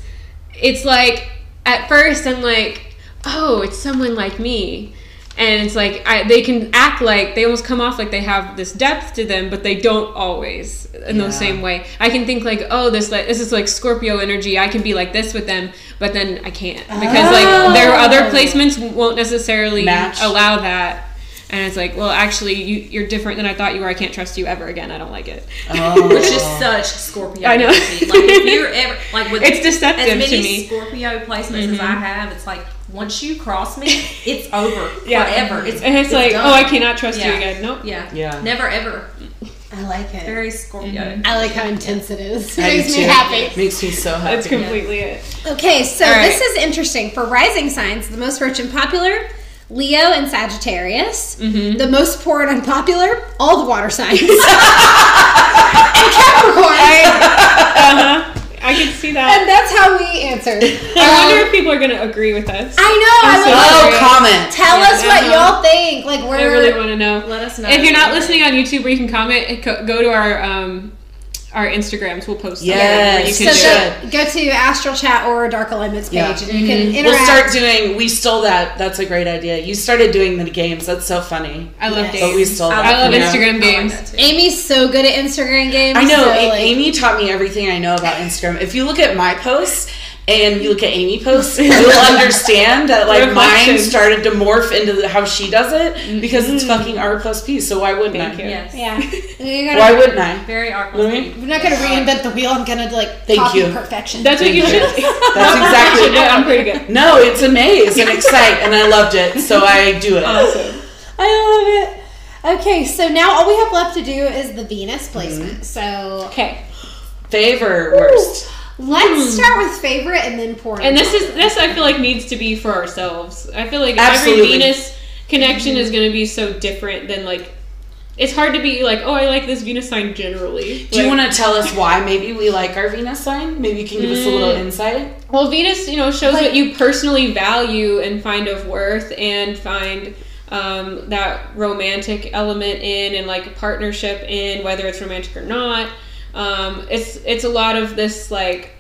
it's like at first I'm like, oh, it's someone like me, and it's like I, they can act like they almost come off like they have this depth to them, but they don't always in the Yeah. same way. I can think like, oh, this like, this is like Scorpio energy. I can be like this with them, but then I can't because like their Oh. other placements won't necessarily Match. allow that. And it's like, well, actually, you, you're different than I thought you were. I can't trust you ever again. I don't like it. Oh. Which is such Scorpio. I know. energy. Like *laughs* if you're ever like with It's deceptive as many to me. Mm-hmm. Scorpio placements as I have, it's like once you cross me, it's over *laughs* Yeah. forever. It's And it's, like, done. oh, I cannot trust you Yeah. again. Nope. Yeah. Yeah. Never ever. Oh, I like it. Very Scorpio. Mm-hmm. I like how intense it is. It Oh, I do makes me too. happy. Makes me so happy. That's completely it. Okay, so All right. this is interesting. For rising signs, the most rich and popular, Leo and Sagittarius. The most poor and unpopular, all the water signs. *laughs* and Capricorn. Uh huh. I can see that. and that's how we answered. I Um, wonder if people are gonna agree with us. I know. I'm I so would love- sorry. Oh, comment. Tell us what Uh-huh. y'all think. Like I we're really want to know. Let us know. If you're not listening on YouTube, where you can comment, it co- go to our um, our Instagrams. We'll post. them. Yes. You so can You do it. go, go to Astral Chat or Dark Alignments page, Yeah. Mm-hmm. and you can interact. We'll start doing. We stole that. That's a great idea. You started doing the games. That's so funny. I love Yes. games. But we stole. I that I love from you. Instagram games. Amy's so good at Instagram games. I know. so, A- like- Amy taught me everything I know about Instagram. If you look at my posts and you look at *laughs* Amy posts, you'll understand that like mine Reflections. started to morph into the, how she does it because it's fucking R plus P. So why wouldn't Mm-hmm. Thank I? you. Yes. Yeah. You gotta- Why wouldn't I? Very awkward. You know what I mean? I'm not gonna reinvent the wheel. I'm gonna like Thank copy you. perfection. That's what you *laughs* should. That's *laughs* That's exactly should do. I'm pretty good. No, it's amaze and excite, and I loved it, so I do it. Awesome. I love it. Okay, so now all we have left to do is the Venus placement. So Okay. Favor worst. let's start with favorite and then porn. And this is this I feel like needs to be for ourselves. I feel like Absolutely. every Venus connection is going to be so different than like. It's hard to be like, oh, I like this Venus sign generally. Do you want to tell us why maybe we like our Venus sign? Maybe you can give us a Mm. little insight. to? Well, Venus, you know, shows Like- what you personally value and find of worth, and find um, that romantic element in, and like a partnership in, whether it's romantic or not. Um, it's it's a lot of this like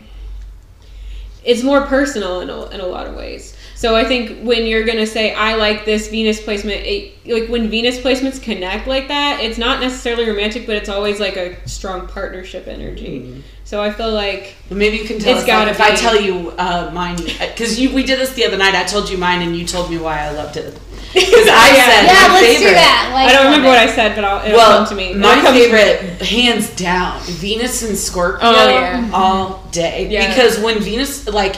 it's more personal in a, in a lot of ways. So I think when you're gonna say I like this Venus placement, it, like when Venus placements connect like that, it's not necessarily romantic, but it's always like a strong partnership energy. So I feel like But maybe you can tell It's us. like, gotta if I be. tell you uh, mine, because you we did this the other night. I told you mine, and you told me why I *laughs* loved it. Because I said yeah, my let's favorite. do that. Like, I don't remember what I said, but I'll, it'll Well, come to me. my It'll come to me. favorite, hands down, Venus and Scorpio Oh, yeah. all day. Yeah. Because when Venus, like,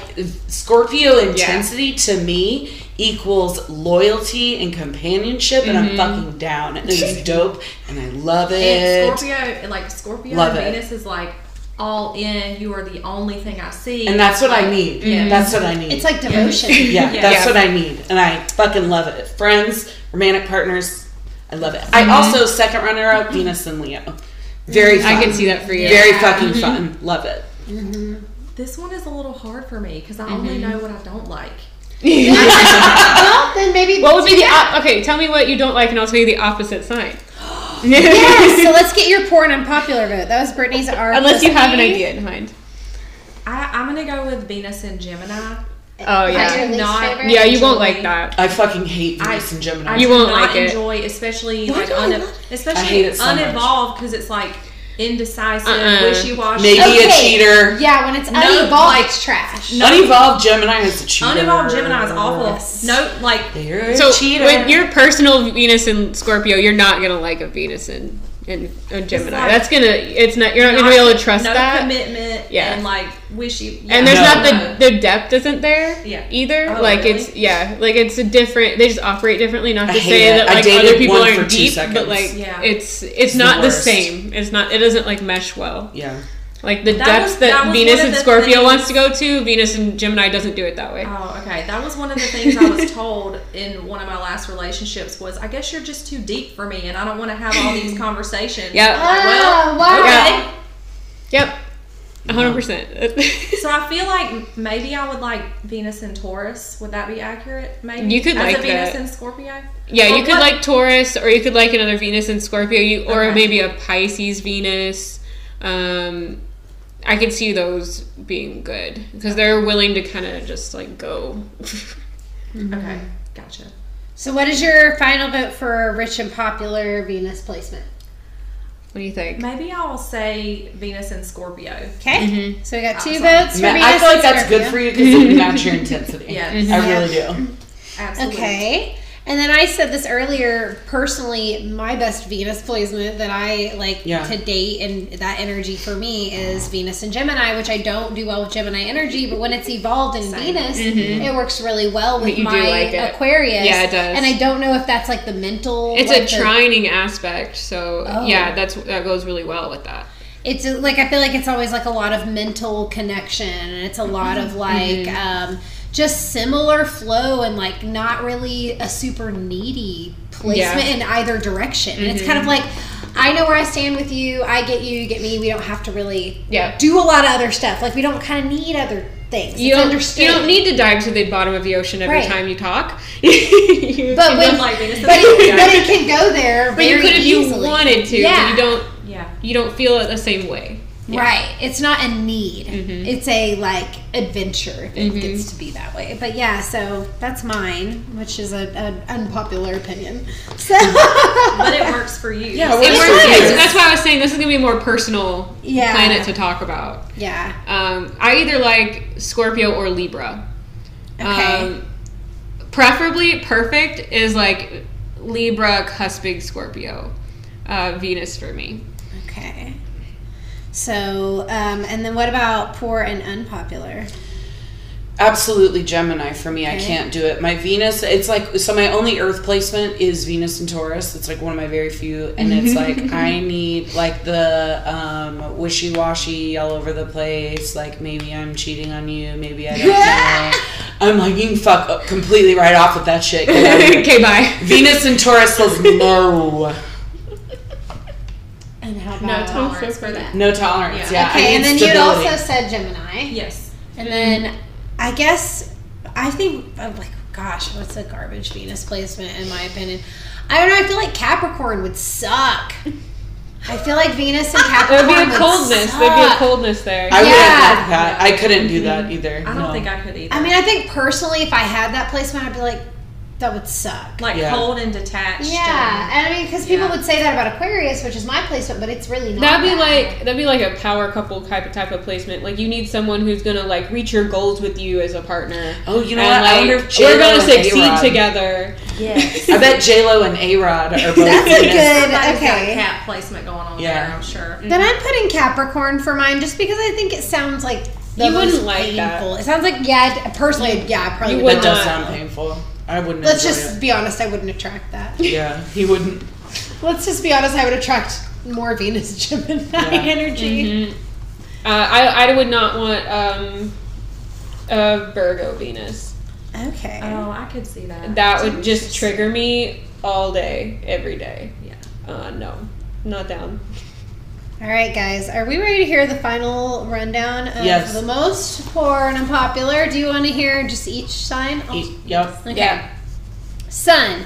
Scorpio intensity to me equals loyalty and companionship, and Mm-hmm. I'm fucking down. And it's dope, and I love And it. Scorpio, like Scorpio, Love it. Venus is like all in. You are the only thing I see. And that's what I need. Yeah. That's what I need. It's like devotion. yeah, Yeah. that's Yeah. what I need, and I fucking love it. Friends, romantic partners, I love it. I also second runner up Venus and Leo. Very fun. Mm-hmm. I can see that for you. Very fucking fun. Love it. this one is a little hard for me because I only Mm-hmm. know what I don't like. *laughs* well, then maybe. What *laughs* would be the op- okay? Tell me what you don't like, and I'll tell you the opposite sign. *laughs* Yes, so let's get your porn unpopular vote. That was Brittany's R. Unless you plus have an P. idea in mind. I, I'm gonna go with Venus and Gemini. Oh That's your yeah, least Not- favorite? yeah. You won't Enjoy. like that. I fucking hate I- Venus and Gemini. I You do won't not like it. enjoy, especially like do I un- not? especially I hate it so much. unevolved because it's like indecisive, Uh-uh. wishy-washy. Maybe a Okay. cheater. Yeah, when it's No, unevolved, like- it's trash. Unevolved Gemini is a cheater. Unevolved Gemini is awful. No, like They're So a cheater. with your personal Venus and Scorpio, you're not gonna like a Venus and and a Gemini. like- That's gonna. It's not. You're not gonna be able to trust no that. commitment Yeah. and like wishy. Yeah, And there's No. not the the depth isn't there Yeah. either. Oh, like really? it's yeah, like it's a different. They just operate differently. Not I to hate say it. that I like dated other people one for aren't two deep, seconds. but like Yeah. it's it's the not the, worst. same. It's not. It doesn't like mesh well. yeah. Like the That depth was- that that, was Venus one of and the Scorpio things- wants to go to, Venus and Gemini doesn't do it that way. Oh, okay. That was one of the things I was told in one of my last relationships was I guess you're just too deep for me and I don't want to have *clears throat* all these conversations. Yep. I'm like, Oh, Ah, well, wow. okay. Yep. A hundred percent. So I feel like maybe I would like Venus and Taurus. Would that be accurate? Maybe You could As like a Venus that. and Scorpio. Yeah, Or you could what- like Taurus, or you could like another Venus and Scorpio, you or Okay. maybe a Pisces Venus. Um, I could see those being good because they're willing to kind of just like go. *laughs* Mm-hmm. Okay, gotcha. So, what is your final vote for rich and popular Venus placement? what do you think? Maybe I'll say Venus and Scorpio. Okay, Mm-hmm. so we got two Awesome. votes for Ma- Venus. I feel like and that's good Scorpio. for you because it matches your intensity. Yes. I really do. Absolutely. Okay. And then I said this earlier. Personally, my best Venus placement that I like Yeah. to date and that energy for me is Venus and Gemini, which I don't do well with Gemini energy, but when it's evolved in Venus, it works really well with Mm-hmm. you do my like it. Aquarius. Yeah, it does. And I don't know if that's like the mental. It's like a the- trining aspect, so Oh. yeah, that's that goes really well with that. it's a- like I feel like it's always like a lot of mental connection, and it's a lot Mm-hmm. of like um, just similar flow, and like not really a super needy placement in either direction. And it's kind of like Mm-hmm. I know where I stand with you. I get you. You get me. We don't have to really Yeah. do a lot of other stuff. Like we don't kind of need other things. You it's don't, understood. you don't need to dive to the bottom of the ocean every Right. time you talk. *laughs* You But can- when, like Venus and but, it, Virgo. *laughs* but it can go there. but you very could if you easily. wanted to, Yeah. but you don't Yeah. you don't feel it the same way. Right. It's not a need. It's a like adventure if it gets to be that way. But yeah, so that's mine, which is a- an unpopular opinion. *laughs* So But it works for you. Yeah, It It works. works. It's- That's why I was saying this is gonna be a more personal Yeah. planet to talk about. yeah. Um, I either like Scorpio or Libra. Okay. Um, preferably perfect is like Libra, cusping Scorpio, uh, Venus for me. *laughs* okay. So um, and then what about poor and unpopular? Absolutely Gemini for me. I Okay. can't do it. My Venus, it's like so my only earth placement is Venus and Taurus. It's like one of my very few and it's like I need like the um wishy-washy all over the place, like maybe I'm cheating on you, maybe I don't know. I'm like you can fuck up completely right off with that shit. Get *laughs* out of here. okay, bye. Venus and Taurus says no. And how No about tolerance for that. No tolerance. Yeah. Yeah. I need Okay, and then stability. you'd also said Gemini. Yes. And then I guess I think I'm like, gosh, what's a garbage Venus placement in my opinion? I don't know. I feel like Capricorn would suck. I feel like Venus *laughs* and There'd Capricorn be a would coldness. Suck. There'd be a coldness there. I wouldn't Yeah. like that. I couldn't do that either. I don't think I could either. I mean, I think personally, if I had that placement, I'd be like, that would suck. like Yeah. cold and detached. Yeah, and- and I mean, because people Yeah. would say that about Aquarius, which is my placement, but it's really not. That'd be that. like that'd be like a power couple type of type of placement. Like you need someone who's gonna like reach your goals with you as a partner. Oh, you know And, what? I like, wonder if we're J-Lo gonna and succeed A-Rod- together. *laughs* yes. I *laughs* bet J Lo and A Rod are both. That's a Venus. good- Somebody's got okay. a cat placement going on Yeah. there, I'm sure. Then Mm-hmm. I'm putting Capricorn for mine just because I think it sounds like the You wouldn't most like that. painful. It sounds like yeah, I'd- personally, yeah, I probably you would would That not. does sound painful. I wouldn't. Let's enjoy just it. be honest, I wouldn't attract that. Yeah, he wouldn't. Let's just be honest, I would attract more Venus *laughs* Gemini Yeah. energy. Mhm. Uh, I I would not want um, a Virgo Venus. Okay. Oh, I could see that. That would just trigger me all day, every day. Yeah. Uh, no, not down. All right, guys, are we ready to hear the final rundown of Yes. the most poor and unpopular? Do you want to hear just each sign? He, yep. Okay. Yeah. Sun,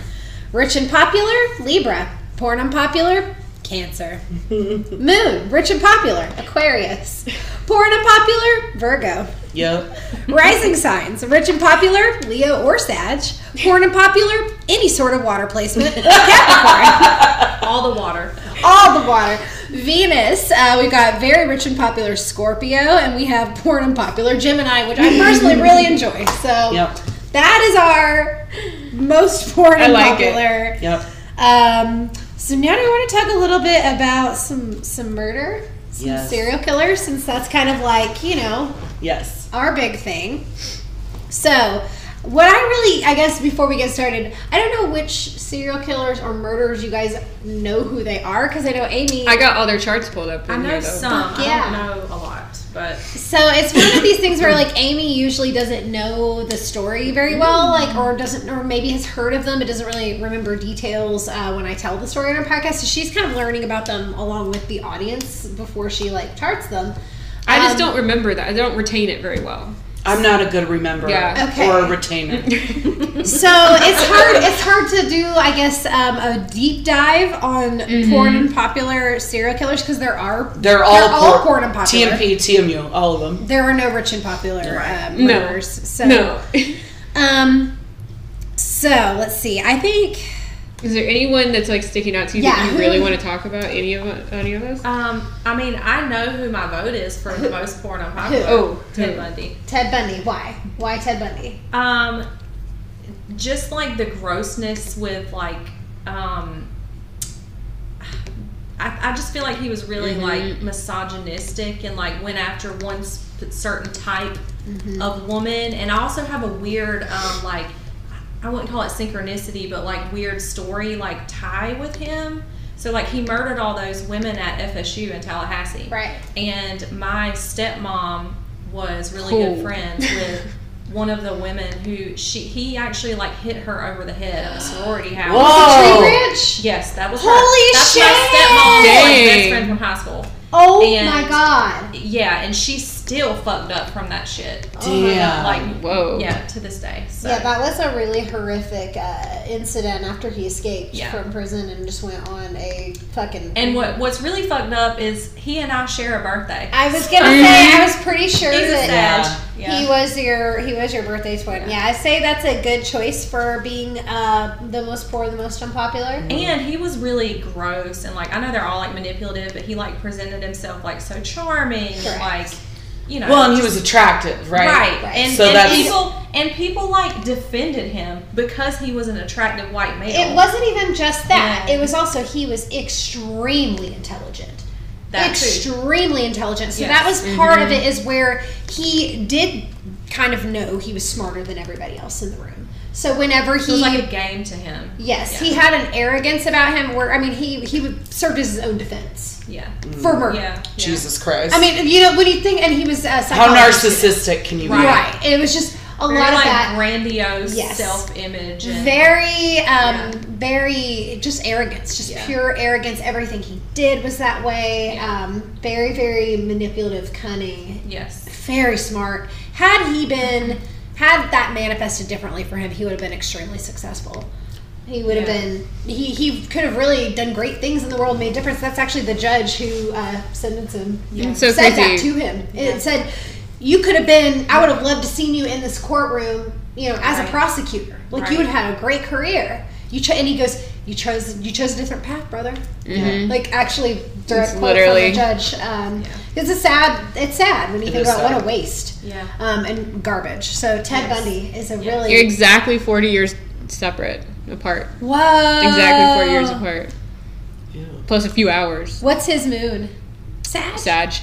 rich and popular, Libra. Poor and unpopular, *laughs* Cancer. Moon, rich and popular, Aquarius. Poor and unpopular, Virgo. yep. *laughs* Rising signs, rich and popular, Leo or Sag. Poor and unpopular, any sort of water placement, *laughs* Capricorn. All the water. All the water. Venus, uh, we've got very rich and popular Scorpio, and we have poor and unpopular Gemini, which I personally *laughs* really enjoy. So Yep. that is our most poor I and like it. unpopular. Yep. Um, so now do you want to talk a little bit about some some murder, some Yes. serial killers, since that's kind of like you know Yes. our big thing. So, what I really, I guess, before we get started, I don't know which serial killers or murderers you guys know who they are because I know Amy. I got all their charts pulled up. I in know here, though. some. yeah. I don't know a lot, but so it's one of these things where like Amy usually doesn't know the story very well, like or doesn't, or maybe has heard of them but doesn't really remember details uh, when I tell the story on our podcast. So she's kind of learning about them along with the audience before she like charts them. I just Um, don't remember that. I don't retain it very well. I'm not a good rememberer Yeah. Okay. or *laughs* a retainer. So it's hard. It's hard to do, I guess, um, a deep dive on Mm-hmm. porn and popular serial killers because there are They're all They're all poor- poor and popular. TMP, TMU, all of them. there are no rich and popular uh, No. murders. So, *laughs* No. um, so let's see. I think Is there anyone that's like sticking out to you that Yeah. you really want to talk about? Any of any of us? um, I mean, I know who my vote is for the most porn unpopular. *laughs* Oh, Ted who? Bundy. Ted Bundy. Why? Why Ted Bundy? Um, just like the grossness with like um I, I just feel like he was really Mm-hmm. like misogynistic and like went after one sp- certain type Mm-hmm. of woman and I also have a weird um like I wouldn't call it synchronicity but like weird story like tie with him so like he murdered all those women at FSU in Tallahassee Right. and my stepmom was really Cool. good friends with one of the women who she he actually like hit her over the head at a sorority house. Whoa. Tree branch. Yes, that was her. Holy That's shit. my stepmom, like, best Dang. friend from high school. Oh And- my god. Yeah, and she's still fucked up from that shit. Oh, Damn. Like, Whoa. yeah, to this day. So. Yeah, that was a really horrific uh, incident after he escaped Yeah. from prison and just went on a fucking. and what what's really fucked up is he and I share a birthday. I was gonna say, I was pretty sure He's a that Sag. Yeah. He was your he was your birthday twin. Yeah. I say that's a good choice for being uh, the most poor, the most unpopular. And he was really gross and like I know they're all like manipulative, but he like presented himself like so charming and Correct. like you know Well, and he was attractive, right? right. Right. And, So and that's- people and people like defended him because he was an attractive white male. It wasn't even just that. Yeah. It was also he was extremely intelligent. that too. extremely intelligent. So Yes. Mm-hmm. that was part of it is where he did kind of know he was smarter than everybody else in the room. So whenever It he was like a game to him. Yes, Yeah. he had an arrogance about him where I mean he he would- served as his own defense Yeah. Mm. for murder. Yeah. Jesus. Jesus Christ. I mean, you know, when you think, and he was uh, how psychologist. narcissistic can you Right. be? Right. It was just a Very lot of like that. grandiose Yes. self image and Very, um, Yeah. very, just arrogance, just Yeah. pure arrogance. Everything he did was that way. Um, very, very manipulative, cunning, yes. very smart. Had he been, had that manifested differently for him, he would have been extremely successful. He would have Yeah. been, he, he could have really done great things in the world, made difference. That's actually the judge who uh, sentenced him It's so said that crazy. to him. It said, "You could have been. I would have loved to seen you in this courtroom. You know, as a Right. prosecutor. Like you Right. would have had a great career. You cho- and he goes, you chose you chose a different path, brother. Mhm. Like actually, direct It's quote literally- from the judge. Um, It's a sad. It's sad when you It think is about what sad. a waste. Yeah. Um, and garbage. So Ted Bundy is a really You're exactly 40 years separate, apart. whoa Exactly 40 Uh, years apart. Ew. Plus a few hours. What's his moon? Sad. Sag.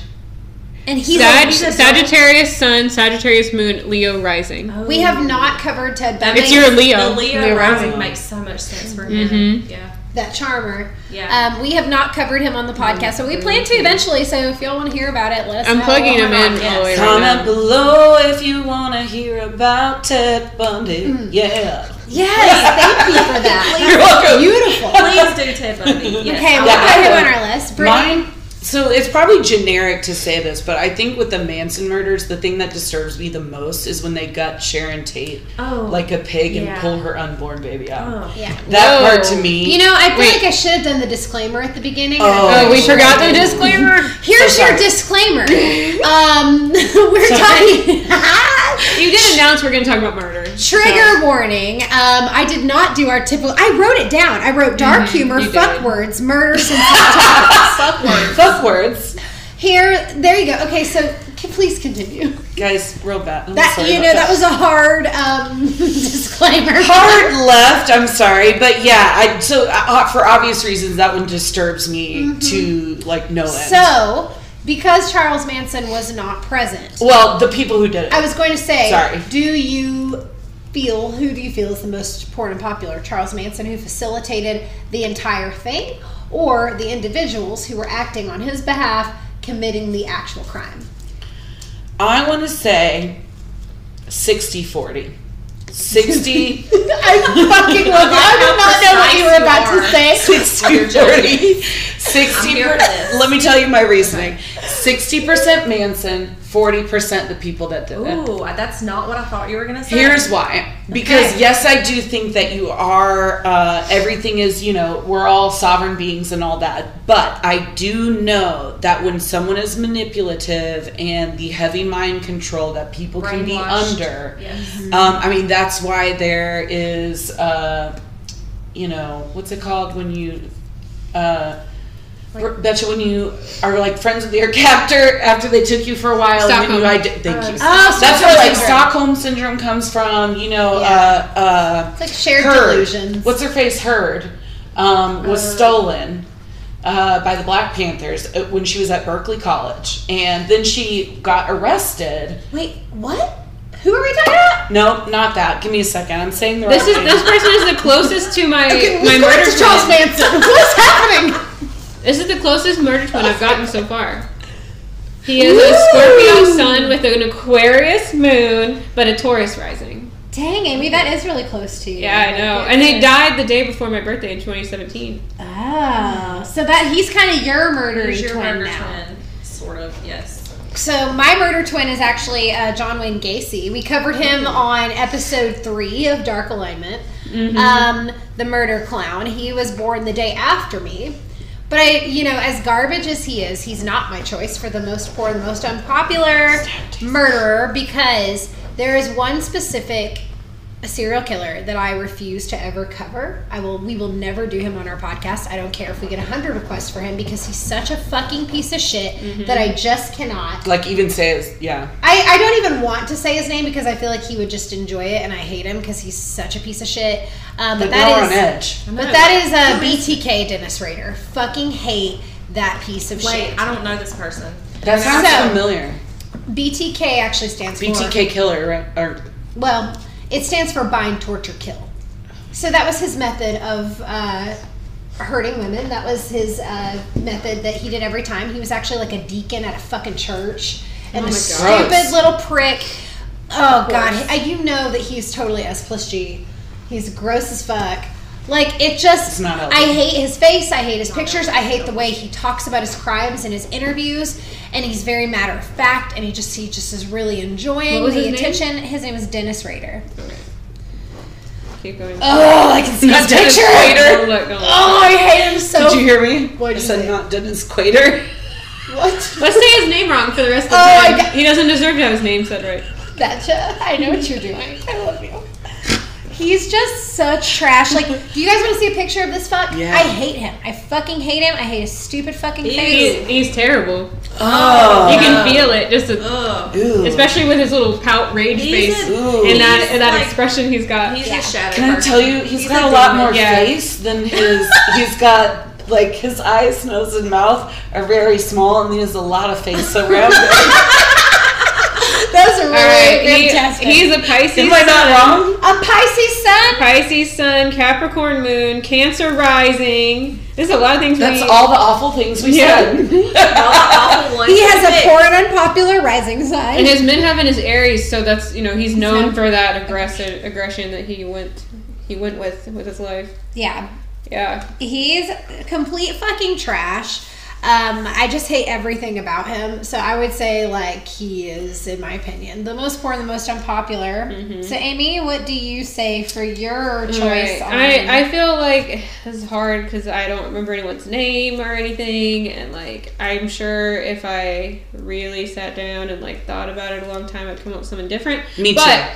And he's a- Sag he's a- Sagittarius Sun, Sagittarius Moon, Leo rising. We have not covered Ted Bundy. It's your Leo. Uh, Oh. The Leo, Leo rising rising. makes so much sense for him. Mm-hmm. Mhm. Yeah. that charmer. Yeah. Um, we have not covered him on the podcast, so we Mm-hmm. plan to eventually. So if y'all want to hear about it, let us I'm know. plugging Oh him my in God. all the way right Comment now. below if you want to hear about Ted Bundy. Mm. Yeah. Yes, thank you for *laughs* that. You're welcome. Beautiful. Please do Ted *laughs* Bundy. Yes. Okay, we'll Yeah. put him on our list. Brittany, Mine. So it's probably generic to say this, but I think with the Manson murders, the thing that disturbs me the most is when they gut Sharon Tate Oh. like a pig and Yeah. pull her unborn baby out. Oh. yeah. That Whoa. part to me. You know, I feel Wait. like I should have done the disclaimer at the beginning. Oh. Oh, we Sure. forgot the *laughs* disclaimer. Here's So your sorry. *laughs* disclaimer. Um, *laughs* we're Sorry. talking. You did announce we're going to talk about murder. Trigger warning. Um, I did not do our typical. I wrote it down. I wrote dark humor, you fuck did. words, *laughs* murder, sensitive Fuck words. Mm-hmm, fuck words, Here, there you go. Okay, so c- please continue. guys. Real bad. I'm That sorry you about know that. was a hard um, *laughs* disclaimer. hard left. I'm sorry, but yeah. I so uh, for obvious reasons that one disturbs me to like no end. Mm-hmm. So, because Charles Manson was not present, well, the people who did it. I was going to say, Sorry. do you feel who do you feel is the most poor and popular? Charles Manson, who facilitated the entire thing, or the individuals who were acting on his behalf committing the actual crime? I want to say 60 40. 60 *laughs* I fucking love it. I did not know what you were about to say. 60 40. 60 I'm here for this. Let me tell you my reasoning 60% Manson, 40% the people that did it. Ooh, uh, that's not what I thought you were gonna say. Here's why. Because Okay. yes, I do think that you are. Uh, everything is, you know, we're all sovereign beings and all that. But I do know that when someone is manipulative and the heavy mind control that people can be Brainwashed. under, Yes. um, I mean that's why there is, uh, you know, what's it called when you. Uh, Like, betcha when you are like friends with your *laughs* captor after they took you for a while, and then you Stockholm. ide- thank Uh, you. Oh, That's where like syndrome. Stockholm syndrome comes from. You know, Yeah. uh, uh, It's like shared Heard. delusions. What's her face? Heard um, was stolen uh, by the Black Panthers uh, when she was at Berkeley College, and then she got arrested. Wait, what? Who are we talking about? No, not that. Give me a second. I'm saying the This right is thing. this person is the closest to my Okay, my we murder to Charles twin. *laughs* Manson. What's happening? This is the closest murder twin I've gotten so far. He is a Scorpio sun with an Aquarius moon, but a Taurus rising. Dang, Amy, that is really close to you. Yeah, I know. And he died the day before my birthday in 2017. Oh, so that he's kind of your murder Who's your twin murder now. twin? Sort of, yes. So my murder twin is actually uh, John Wayne Gacy. We covered him on episode three of Dark Alignment. Um, the murder clown. He was born the day after me. But I, you know, as garbage as he is, he's not my choice for the most poor, the most unpopular murderer because there is one specific a serial killer that I refuse to ever cover. I will we will never do him on our podcast. I don't care if we get 100 requests for him because he's such a fucking piece of shit that I just cannot. like even says yeah. I, I don't even want to say his name because I feel like he would just enjoy it and I hate him because he's such a piece of shit. Um, but But now we're that is on edge. but that is uh, a BTK Dennis Rader. Fucking hate that piece of Wait, shit. I don't know this person. That sounds So- familiar. BTK actually stands for BTK killer, right? Or Well, it stands for bind, torture, kill. So that was his method of uh, hurting women. That was his uh, method that he did every time. He was actually like a deacon at a fucking church and a stupid Gross. little prick. Oh god, I, you know that he's totally S plus G. He's gross as fuck. Like it just, It's not healthy. I hate his face. I hate his pictures. I hate the way he talks about his crimes in his interviews. And he's very matter of fact. And he just, he just is really enjoying What was the his name? attention. His name is Dennis Rader. Keep going. Oh, I can see Not Dennis Rader. Look, look. Oh, I hate him so. Did you hear me? What'd I you said say? not Dennis Quater. what? Let's say his name wrong for the rest of the Oh, I time. got- he doesn't deserve to have his name said right. Betcha. I know what you're doing. I love you. He's just such trash. Like, do you guys want to see a picture of this fuck? Yeah. I hate him. I fucking hate him. I hate his stupid fucking face. He, he's terrible. Oh. You can feel it, just a, Ugh. Ooh. especially with his little pout rage He's face a- Ooh. and that and that like- expression he's got. He's Yeah. a shadow. Can I person. tell you, he's got a like lot the- more Yeah. face than his. he's got like his eyes, nose, and mouth are very small, and he has a lot of face around it. Those are really All right, he- fantastic. he's a Pisces. Am I sun. not wrong? a Pisces sun. Pisces sun, Capricorn moon, Cancer rising. There's a lot of things. That's we, all the awful things we Yeah. All said. the *laughs* awful *laughs* ones He has picked. a poor and unpopular rising sign. And his midheaven is Aries, so that's you know he's known not- for that aggressive aggression that he went he went with with his life. yeah. Yeah, He's complete fucking trash. Um, I just hate everything about him. So I would say, like, he is, in my opinion, the most poor and the most unpopular. Mm-hmm. So, Amy, what do you say for your choice? Right. on- I I feel like this is hard because I don't remember anyone's name or anything, and like I'm sure if I really sat down and like thought about it a long time, I'd come up with something different. Me too. But,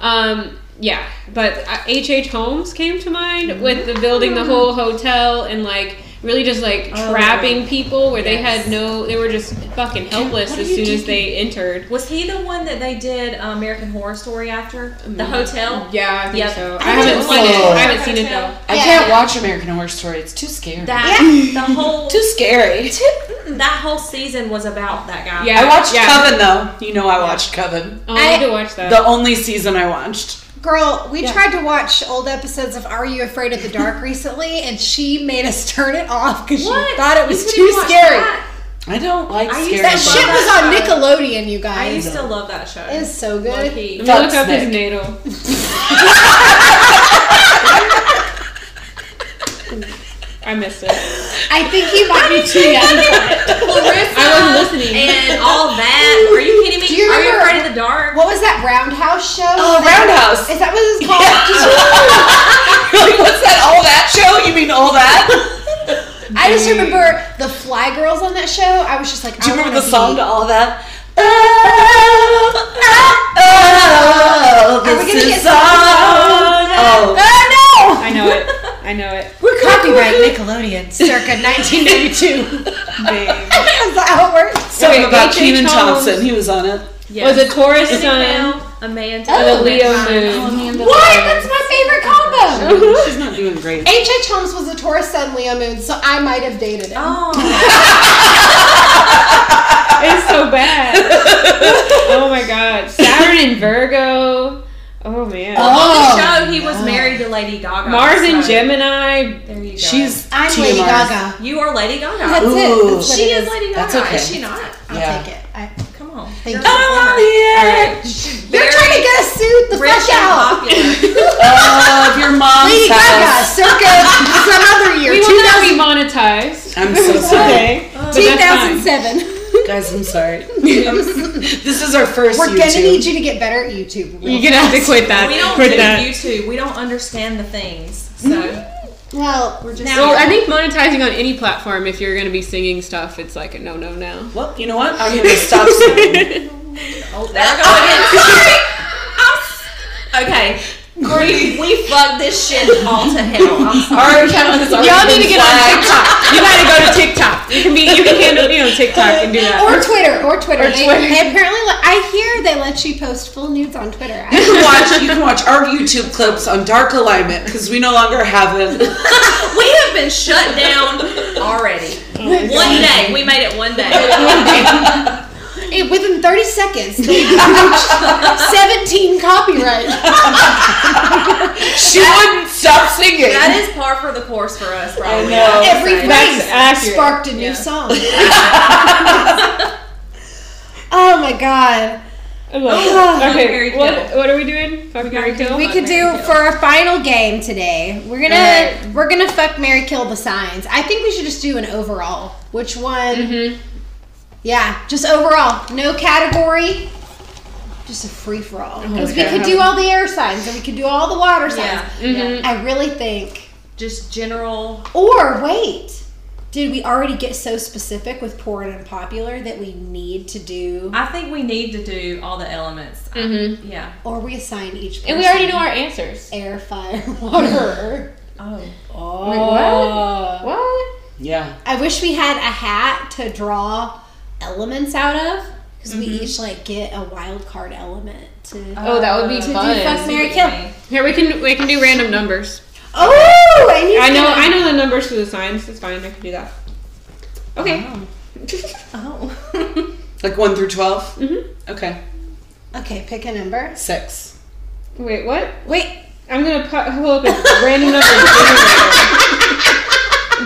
um, yeah, but uh, H. H. Holmes came to mind with the building the whole hotel and like really just like trapping people where they had no, they were just fucking helpless what as are you soon as doing? they entered. Was he the one that they did uh, American Horror Story after the hotel? Yeah, I think Mm. Yeah. so. I, I haven't think seen it. so. I haven't seen it though. I Yeah. can't watch American Horror Story. It's too scary. That *laughs* the whole too scary. that whole season was about that guy. Yeah. I watched Yeah. Coven though. You know I watched Coven. Oh, I I- need to watch that. The only season I watched. Girl, we tried to watch old episodes of Are You Afraid of the *laughs* Dark recently, and she made us turn it off because she What? thought it was You couldn't too watch scary. That, that? I don't like I used scary. to love shit was on Nickelodeon, you I guys. used to love that show. It was so good. Low-key. I'm gonna look up Duck his snake. natal. I missed it. I think he might be too young. Clarissa I wasn't listening. and all *laughs* that. Are you kidding me? Do you Are you remember- afraid of the dark? What was that Roundhouse show? *laughs* Oh, Is that- Roundhouse. Is that what it was called? Did you- Like, What's that? All that show? You mean all that? I just remember the Fly Girls on that show. I was just like, Do you I remember the wanna song be- to all that? Oh, oh, oh, Are we this gonna is get all. something wrong? Oh, Oh no! *laughs* I know it. I know it. we're Copyright Nickelodeon, circa 1992. Is that how it works? Something Okay, about H.H. Keenan Holmes. Thompson. He was on it. Yes. Was a Taurus Minnie sun Mouse, Amanda. Oh, and a Leo that's moon. What? That's my favorite combo. *laughs* She's not doing great. H.H. Holmes was a Taurus Sun Leo Moon, so I might have dated him. Oh, It's so bad. *laughs* oh my god. Saturn in Virgo. Oh man. Oh, on the show he was married to Lady Gaga. Mars in so Gemini. There you go. She's I'm Tina Lady Mars. Gaga. you are Lady That's Gaga. it. Ooh. That's what She it is Lady Gaga. That's okay. Is she not? I'll Yeah. take it. I, Come on. Thank You're you. I'm a on performer. the air. you're Very trying to get us sued the rich fuck and out. popular. Oh, if your mom's Lady Gaga, house. circa some other year, We will not be 2000, monetized. I'm so Okay. sorry. Oh. But that's fine. *laughs* 2007. Guys, I'm sorry. *laughs* I'm- this is our 1st We're YouTube. gonna need you to get better at YouTube. You're gonna have to quit that. We don't quit do that. YouTube. We don't understand the things. So Well, we're just Well, I think monetizing on any platform, if you're going to be singing stuff, it's like a no no now. Well, you know what? I'm gonna stop singing. oh, there I go again. Sorry. I'm s- Okay. Corey, we fucked this shit all to hell. I'm sorry. Our account has *laughs* already Y'all need been to get on flagged. TikTok. You gotta go to TikTok. You can be, you can handle me on TikTok *laughs* and do that. or Twitter, or Twitter. Or they, Twitter. they apparently, let, I hear they let you post full nudes on Twitter. *laughs* I- You can watch. You can watch our YouTube clips on Dark Alignment because we no longer have it. *laughs* We have been shut down already. Oh One day. We made it one day. It- within 30 seconds, they breached 17 *laughs* Oh, copyright. She wouldn't stop singing. That is par for the course for us, probably. I know. would Every say. That's phrase accurate. sparked a new Yeah. *laughs* song. oh my god. I love it. Mary Okay, Kill. what, what are we doing? Fuck Mary Kill? We could do for our final game today. We're gonna Alright. we're gonna fuck Mary Kill the signs. I think we should just do an overall. Which one? Mhm. Yeah, just overall, no category. Just a free for all because we Okay. could do all the air signs and we could do all the water signs. Yeah. yeah. Mhm. I really think. Just general. Or wait, did we already get so specific with poor and unpopular that we need to do, I think we need to do all the elements. I- Mhm. Mm-hmm. Yeah. or we assign each? Person And we already know our answers. air, fire, *laughs* water. Oh. Oh. What? Yeah. I wish we had a hat to draw elements out of because we each like get a wild card element to. Mm-hmm. Oh, that would be Uh, to do fun. fuck, Mary, kill. Here we can we can do random numbers. Oh, and you I know I know the numbers for the signs. It's fine. I can do that. Okay. Oh. Like one through 12 Mhm. Okay. Okay, pick a number. Six. Wait, what? Wait, I'm gonna pu- pull up a random number. generator.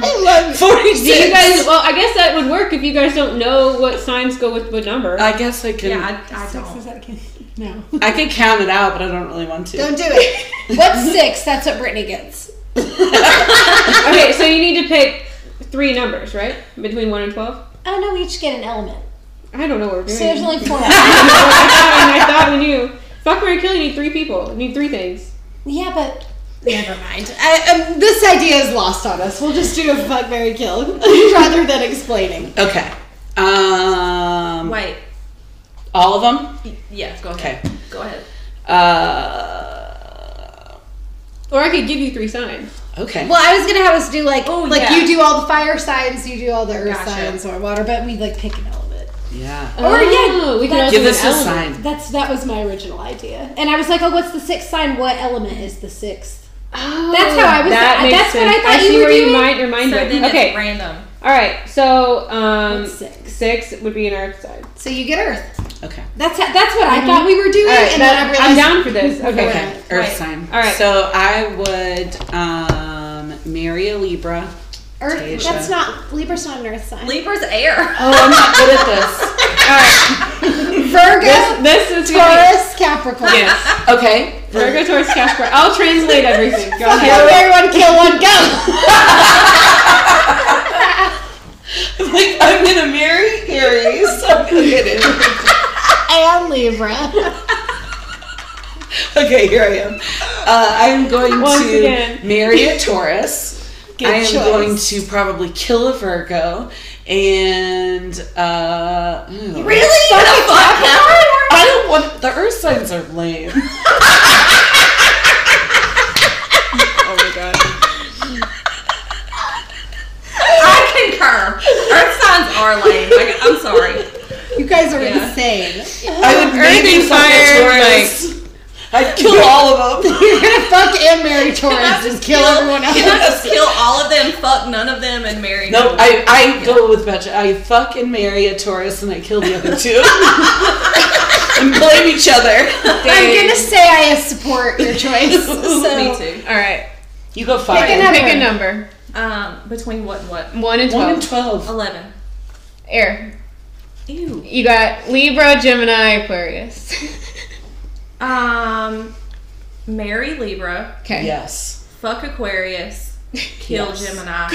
I love. Do you Forty-six. guys? Well, I guess that would work if you guys don't know what signs go with what number. I guess I can. yeah, I, I Six don't. is that okay? No, I could count it out, but I don't really want to. don't do it. *laughs* What's six? That's what Brittany gets. okay, so you need to pick three numbers, right? Between one and twelve. Oh no, we each get an element. I don't know what we're doing. So there's only *laughs* four. I, thought, I thought we knew. Fuck Mary Kill, you need three people. You need three things. yeah, but never mind. I, um, this idea is lost on us. We'll just do a fuck, Mary kill *laughs* rather than explaining. *laughs* Okay. Um. Wait. All of them. Yeah, go ahead. Okay. Go ahead. Uh. Or I could give you three signs. Okay. Well, I was gonna have us do like Oh, like yeah. you do all the fire signs, you do all the earth Gotcha. signs or water, but we like pick an element. Yeah. Or, Oh, yeah, we could that's- also Give do us an a element. sign. That's that was my original idea, and I was like, oh, what's the sixth sign? What element is the sixth? Oh, That's how I was- That makes that's what sense. I thought you see were where doing. you might your mind so went. then Okay. it's random. All right. So um, What's six? six would be an earth sign. So you get earth. Okay. That's how, that's what I thought we were doing, All right. and then I that- realized I'm down for this. Okay. Okay. Earth Right. sign. All right. So I would um marry a Libra. earth. Tasia. That's not Libra's not an earth sign. Libra's air. *laughs* Oh, I'm not good at this. All right. Virgo, This, this is gonna be- Taurus, Capricorn. *laughs* yes. Okay. Virgo, Taurus, Casper. I'll translate everything. Go *laughs* Kill ahead. everyone, kill one, go. *laughs* like I'm gonna marry *laughs* Aries. I'm gonna get it. and Libra. Okay, here I am. Uh, I'm going Once to again. marry a Taurus. Good I am choice. going to probably kill a Virgo, and uh, ooh. Fucking Capricorn. I don't want the Earth signs are lame. Oh my god. like, I'm sorry. You guys are Yeah. insane. I would make Earth you and fuck fire, a Taurus. I'd *laughs* kill all of them. You're gonna fuck and marry Torres. Just kill everyone else. *laughs* Can I just kill all of them, fuck none of them, and marry No, one? *laughs* I, I go with Betcha. I fuck and marry a Taurus and I kill the other *laughs* two. and blame each other. I'm gonna say I support your *laughs* choice. *laughs* So. Me too. All right. You go Pick fire. another- Pick a number. Um, between what and what? One and One twelve. and twelve. Eleven. Air. Ew. You got Libra, Gemini, Aquarius. *laughs* Um, marry Libra, okay. Yes. fuck Aquarius, kill Yes. *laughs* Gemini.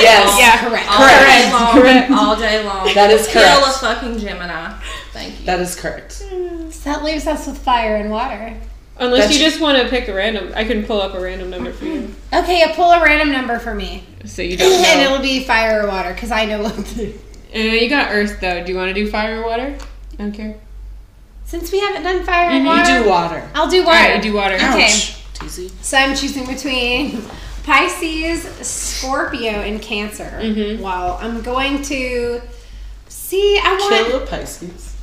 Yes. Yeah. Correct. All day long. *laughs* Correct. All day long. That is Kill a correct. fucking Gemini. Thank you. That is correct. So that leaves us with fire and water. Unless That's- you just want to pick a random, I can pull up a random number for you. Okay, pull a random number for me, So you don't and know. it'll be fire or water because I know what. To *laughs* Uh, you got Earth though. Do you want to do fire or water? I don't care. Since we haven't done fire and You water, do water. I'll Mm-hmm. do All water. right, Um, you do water. Okay. Ouch. Teasy. So I'm choosing between Pisces, Scorpio, and Cancer. Mhm. Wow, I'm going to see. I want. Kill a Pisces.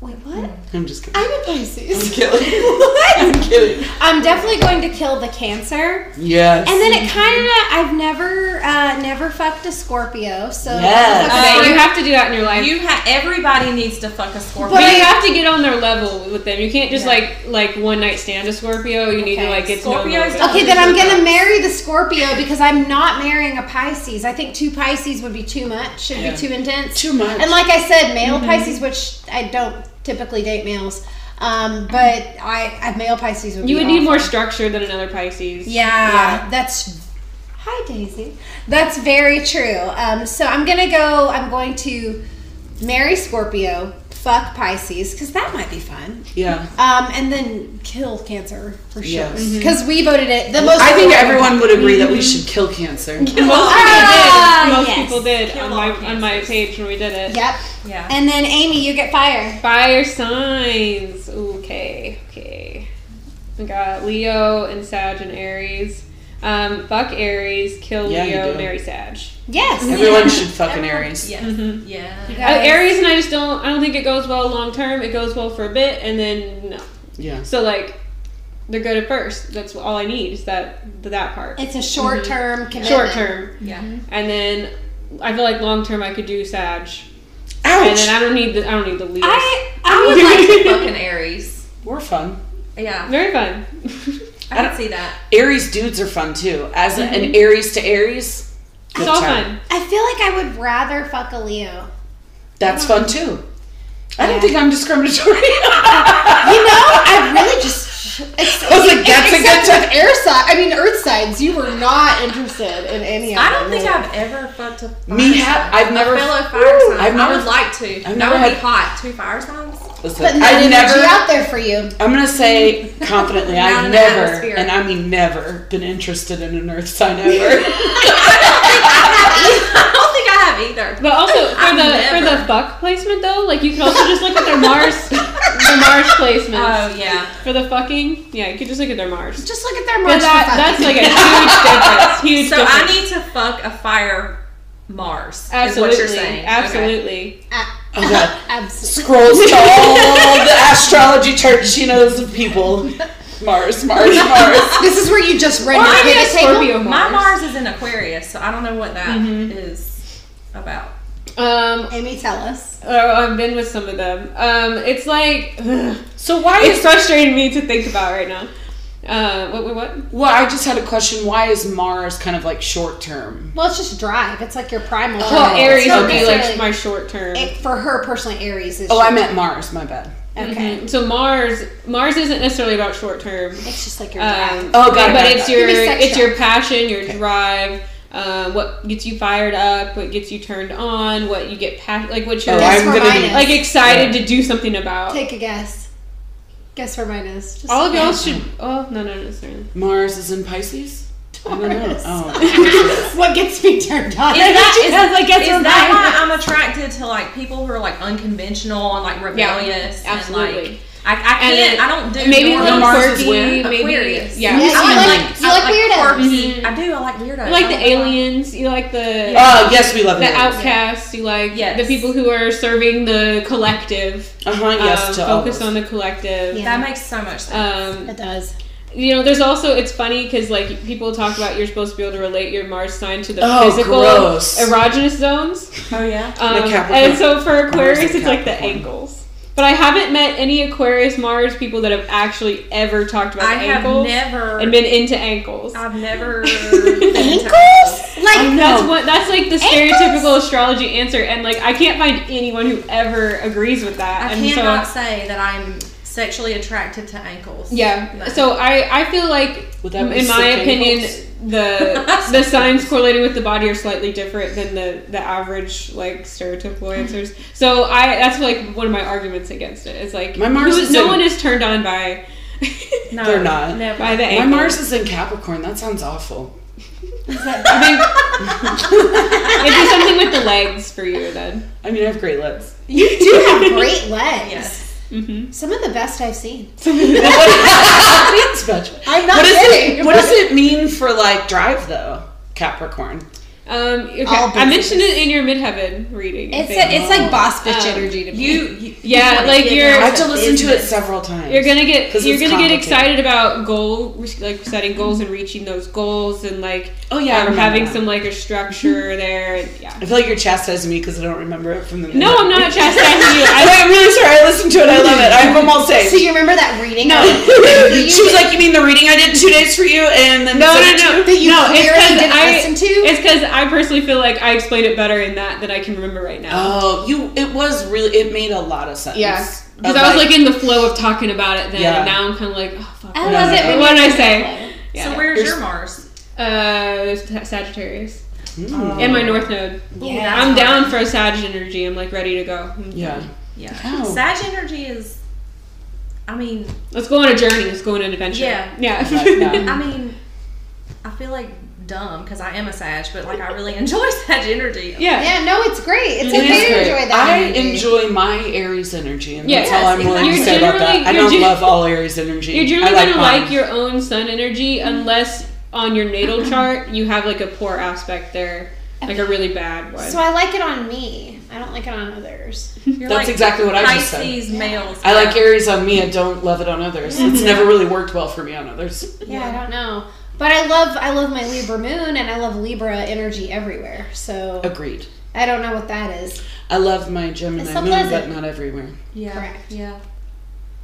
Wait, what? I'm just kidding. I'm a Pisces. *laughs* I'm kidding. *laughs* what? I'm kidding. I'm definitely going to kill the Cancer. Yes. And then it kind of, I've never, uh, never fucked a Scorpio, so Yes. Okay, Okay. you have to do that in your life. You ha- everybody needs to fuck a Scorpio. But But you I- have to get on their level with them. You can't just Yeah. like like one night stand a Scorpio. You need to Okay. like get to know them a Scorpios little don't- bit. Okay, then I'm gonna marry the Scorpio because I'm not marrying a Pisces. I think two Pisces would be too much. It'd Yeah. be too intense. Too much. And like I said, male Mm-hmm. Pisces, which I don't typically date males, um, but I, I male Pisces would. You be would need awful. more structure than another Pisces. Yeah, Yeah. that's. Hi Daisy. That's very true. Um, so I'm gonna go. I'm going to marry Scorpio, fuck Pisces, because that might be fun. yeah. Um, and then kill Cancer for sure. Yes. Mm-hmm. Because we voted it the most. I think important everyone would agree that we should kill cancer. Most Ah, people did. Most yes. people did on all my cancers. on my page when we did it. Yep. Yeah. And then Amy, you get fire. Fire signs. Okay, okay. We got Leo and Sag and Aries. Um, fuck Aries, kill Yeah, you Leo, do. marry Sag. Yes. Everyone should fuck an Aries. Mm-hmm. Yes. Yeah. Uh, Aries and I just don't. I don't think it goes well long term. It goes well for a bit, and then no. Yeah. So like, they're good at first. That's all I need is that that part. It's a short term commitment. Short term, Yeah. and then I feel like long term I could do Sag, and then Ouch. I don't need the I don't need the Leos. I I I *laughs* would would like to fuck an Aries. We're fun. Yeah. Very fun. *laughs* I can see that. Aries dudes are fun too. As a- an Aries to Aries, it's all fun. I feel like I would rather fuck a Leo. That's fun too. I don't Yeah. think I'm discriminatory. *laughs* You know, I really just. It's, I was like, that's a good time. with air side. I mean, earth sides. You were not interested in any of I don't think really. I've ever fucked a fire Me ha- sign. I've never- a fellow fire Woo! sign. I've I never- would like to. I've that never would had- be hot. Two fire signs. *laughs* Listen, But I I never never. out there for you. I'm gonna say confidently, Not I've in the never, atmosphere. and I mean never, been interested in an Earth sign ever. I don't think I have either. But *laughs* also for I've the for never. the fuck placement though, like you can also just look at their *laughs* Mars the Mars placements Oh yeah. for the fucking. Yeah, you could just look at their Mars. Just look at their But marks. that, that's like a *laughs* huge difference. Huge So difference. I need to fuck a fire Mars. absolutely, Is what you're saying. absolutely. *laughs* Oh, God. absolutely. Scrolls to all the astrology chart she knows of people. *laughs* Mars, Mars, Mars. This is where you just run Or your maybe a pivot table. Scorpio Okay. My Mars. Mars is in Aquarius, so I don't know what that is Mm-hmm. about. Um, Amy, tell us. oh, I've been with some of them. Um, it's like *sighs* ugh, So why it's is frustrating me to think about right now. Uh, what, what, what? well? I just had a question. Why is Mars kind of like short term? Well, it's just drive. It's like your primal. Well, drive. Oh, Aries It's not would be necessarily- like my short term. it, for her personally, Aries is. Oh, I just- meant Mars. My bad. okay. Mm-hmm. So Mars, Mars isn't necessarily about short term. It's just like your Um, drive. Oh, got it, but got it, it's it. got Could your be sexual. it's your passion, your drive, uh, what gets you fired up, what gets you turned on, what you get pas- like what you're Oh, Guess I'm where gonna mine be- is. like excited to do something about. Take a guess. Guess where mine is. Just All of y'all should. Oh no, no, no, sorry. Mars is in Pisces. I don't know. Taurus. *laughs* Oh, what gets me turned on? Is that- She is- says, like, guess Is where that mine why I'm attracted to like people who are like unconventional and like rebellious and absolutely. like I, I And can't. then I don't do maybe a normal little Mars is quirky, where? maybe Aquarius. yeah. Yeah, I you like, like- you I like weirdos. quirky. Mhm. I do. I like weirdos. You like I the don't know why. aliens. You like the Oh yes, we love the it. outcasts. You like Yes. the people who are serving the collective. Uh huh. Yes, um, to all focus those. on the collective. Yeah. That makes so much sense. Um, It does. you know, there's also it's funny because like people talk about you're supposed to be able to relate your Mars sign to the Oh, physical gross. erogenous zones. oh yeah. Um, Like Capricorn. and so for Aquarius, Mars and it's like the Capricorn. ankles. But I haven't met any Aquarius Mars people that have actually ever talked about I the have ankles never. and been into ankles. I've never. Ankles? Like, That's what that's like the stereotypical Ankles? astrology answer, and like I can't find anyone who ever agrees with that. I and so cannot say that I'm sexually attracted to ankles. Yeah. No. So I, I feel like Would that be in my sick opinion ankles? the *laughs* the signs correlated with the body are slightly different than the, the average like stereotypical answers. So I that's like one of my arguments against it. It's like My Mars who- is no in- one is turned on by No, They're not. *laughs* Never. by the My ankles. *laughs* Mars is in Capricorn. That sounds awful. I think it'd be something with the legs for you then. I mean, I have *laughs* great lips. you do have great legs. Yes. Mm-hmm. Some of the best I've seen. That's special. I'm not What does kidding. it? What does it mean for like drive though? Capricorn. Um, okay. All I mentioned it in your midheaven reading. I It's, think. a, it's like boss bitch Um, energy to me. You. you Yeah, you wanna like get you're- down I have to listen to it business. several times. You're gonna get 'Cause you're it's gonna get complicated. excited about goal like setting goals and reaching those goals and like Oh, yeah, I um, remember having that. some like a *laughs* structure there and yeah. I feel like you're chastising me because I don't remember it from the. No, I'm *laughs* not chastising *laughs* you. I, I'm really sorry. I listened to it. I love it. I'm almost safe. so you remember that reading? No. You *laughs* she was did- like, "You mean the reading I did two days for you?" And then no, sent it no, no. to- that you no, it's clearly 'cause didn't I- listen to? It's because I personally feel like I explained it better in that than I can remember right now. Oh, you. It was really. It made a lot of sense. yeah, because Of, I was like in the flow of talking about it then. Yeah. And now I'm kind of like, oh fuck. I No, love no, it. no. when What you did I do say? that. Yeah. Uh, So where's your Mars? uh, Sagittarius mm, and my North Node. Yeah. Ooh, that's I'm down hard. for a Sag energy. I'm like ready to go. yeah. Yeah. Ow. Sag energy is. I mean, Let's go on a journey. Let's go on an adventure. Yeah. Yeah. Like that. I mean, I feel like dumb because I am a Sag, but like I really *laughs* enjoy Sag energy. *laughs* yeah. Yeah, no, it's great. It's It okay is to great. enjoy that. I energy. enjoy my Aries energy, and Yes, that's all I'm willing to exactly. say about that. You're I generally- don't you're love all Aries energy. You're generally I like gonna mine. like your own sun energy unless on your *laughs* natal chart you have like a poor aspect there. Like a really bad one. So I like it on me. I don't like it on others. You're That's exactly what I just said. Pisces males. I like Aries on me. I don't love it on others. Mm-hmm. It's never really worked well for me on others. Yeah, I don't know. But I love I love my Libra moon and I love Libra energy everywhere. So Agreed. I don't know what that is. I love my Gemini It's so moon, but pleasant. not everywhere. *laughs* Yeah. Correct. Yeah.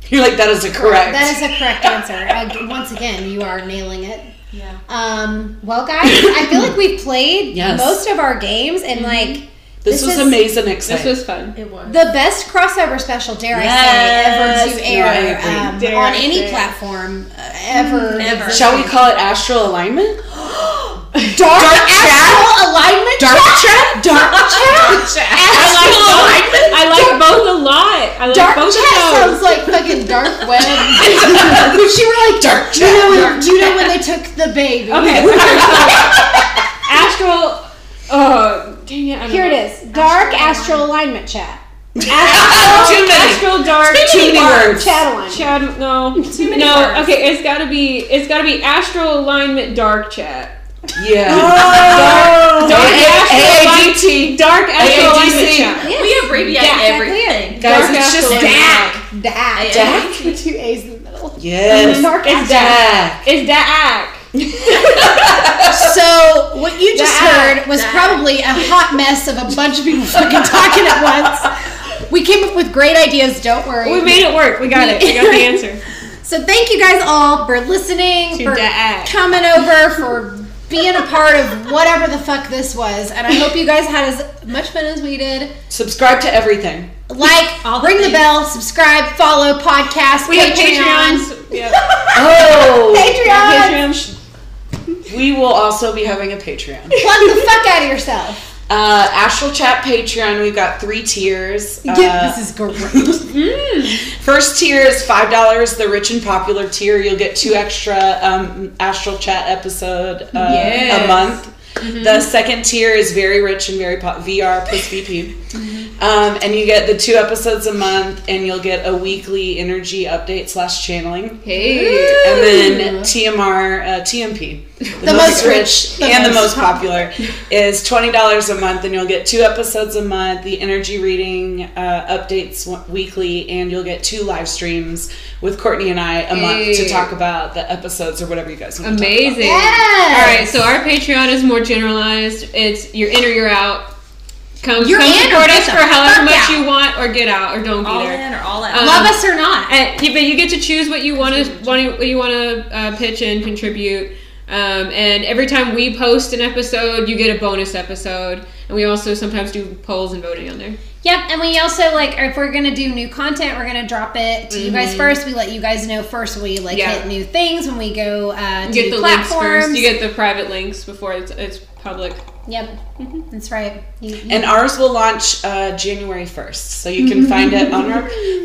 You're like that is a correct. That is a correct answer. I, once again, you are nailing it. Yeah. Um, well, guys, I feel like we've played Yes. most of our games and like this, this was is- amazing. this Exciting. was fun. *gasps* It was. *gasps* the best crossover special, dare Yes. I say, ever to No, I air agree. um, Dare on I any say. platform uh, ever. Ever. Shall we call it astral alignment? Dark, Dark astral alignment. Dark chat. Dark chat. I like both. I like both a lot. I like Dark both chat of those. sounds like fucking dark web. she were like, Dark do *laughs* you know *laughs* when, chat. do you know when they took the baby? *laughs* Okay. astral uh dang it, I don't Here it know. is. Dark astral alignment chat. Too many. Astral dark Too many words. Chat alignment. Chad, no, Too many no. words. Okay, it's gotta be, it's gotta be astral alignment dark chat. Yeah. Oh. Dark, dark astral alignment- AADT. dark astral alignment AADC. chat. Yeah. We abbreviate Yeah, exactly. everything. Guys, Dark it's just astral DAC. Dak. Dak? With two A's in the middle. Yes. Dark It's astral. DAC. It's that act. So what you just Dak. heard was Dak. probably a hot mess of a bunch of people fucking talking at once. We came up with great ideas. Don't worry. We made it work. We got it. *laughs* We got the answer. So thank you guys all for listening, To for Dak. coming over, for being a part of whatever the fuck this was. And I hope you guys had as much fun as we did. Subscribe to everything. *laughs* Like, All the ring the things. bell, subscribe, follow podcast, We have Patreon. *laughs* Patreons. Yeah. Oh. Patreon. Patreons. We will also be having a Patreon. Plug the fuck out of yourself. Uh, Astral Chat Patreon. We've got three tiers. Uh, Yeah, this is *laughs* great. First tier is five dollars. The rich and popular tier, you'll get two extra um, Astral Chat episode uh, Yes. a month. The second tier is very rich and very po- VR plus VP. Um, and you get the two episodes a month, and you'll get a weekly energy update slash channeling. Hey. And then TMR, uh, TMP, the, most most rich rich, the and the most most popular, is twenty dollars a month, and you'll get two episodes a month, the energy reading uh, updates w- weekly, and you'll get two live streams with Courtney and I a month Hey. to talk about the episodes or whatever you guys want. Amazing. Yes. All right, so our Patreon is more generalized. It's you're in or you're out. Come, You're come in or support get us the for however fuck much out. you want, or get out, or don't be all there. in or all Um, Uh-huh. out. Love us or not. And, you- but you get to choose what you want to what you want to uh, pitch and contribute. Um, and every time we post an episode, you get a bonus episode. And we also sometimes do polls and voting on there. Yep, and we also like if we're gonna do new content, we're gonna drop it to you guys first. We let you guys know first when we like Yeah. hit new things when we go uh, to You get the new links platforms. first. You get the private links before it's it's public. yep, mm-hmm, that's right. You, you- And ours will launch uh, January 1st, so you can find it on *laughs* our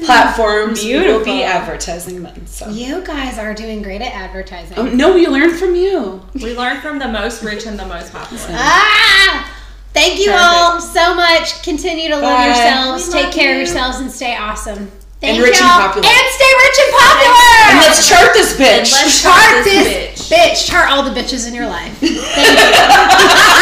platforms. We will Beautiful. be advertising then. So. you guys are doing great at advertising. Oh, no, we learned from you. We learn from the most rich and the most Uh, popular. Ah! Thank you all so much. Continue to love Bye. yourselves, We take love care of you. yourselves, and stay awesome. Thank rich and y'all. popular. And stay rich and popular. And let's chart this bitch. *laughs* Let's chart this this bitch. Chart all the bitches in your life. Thank you.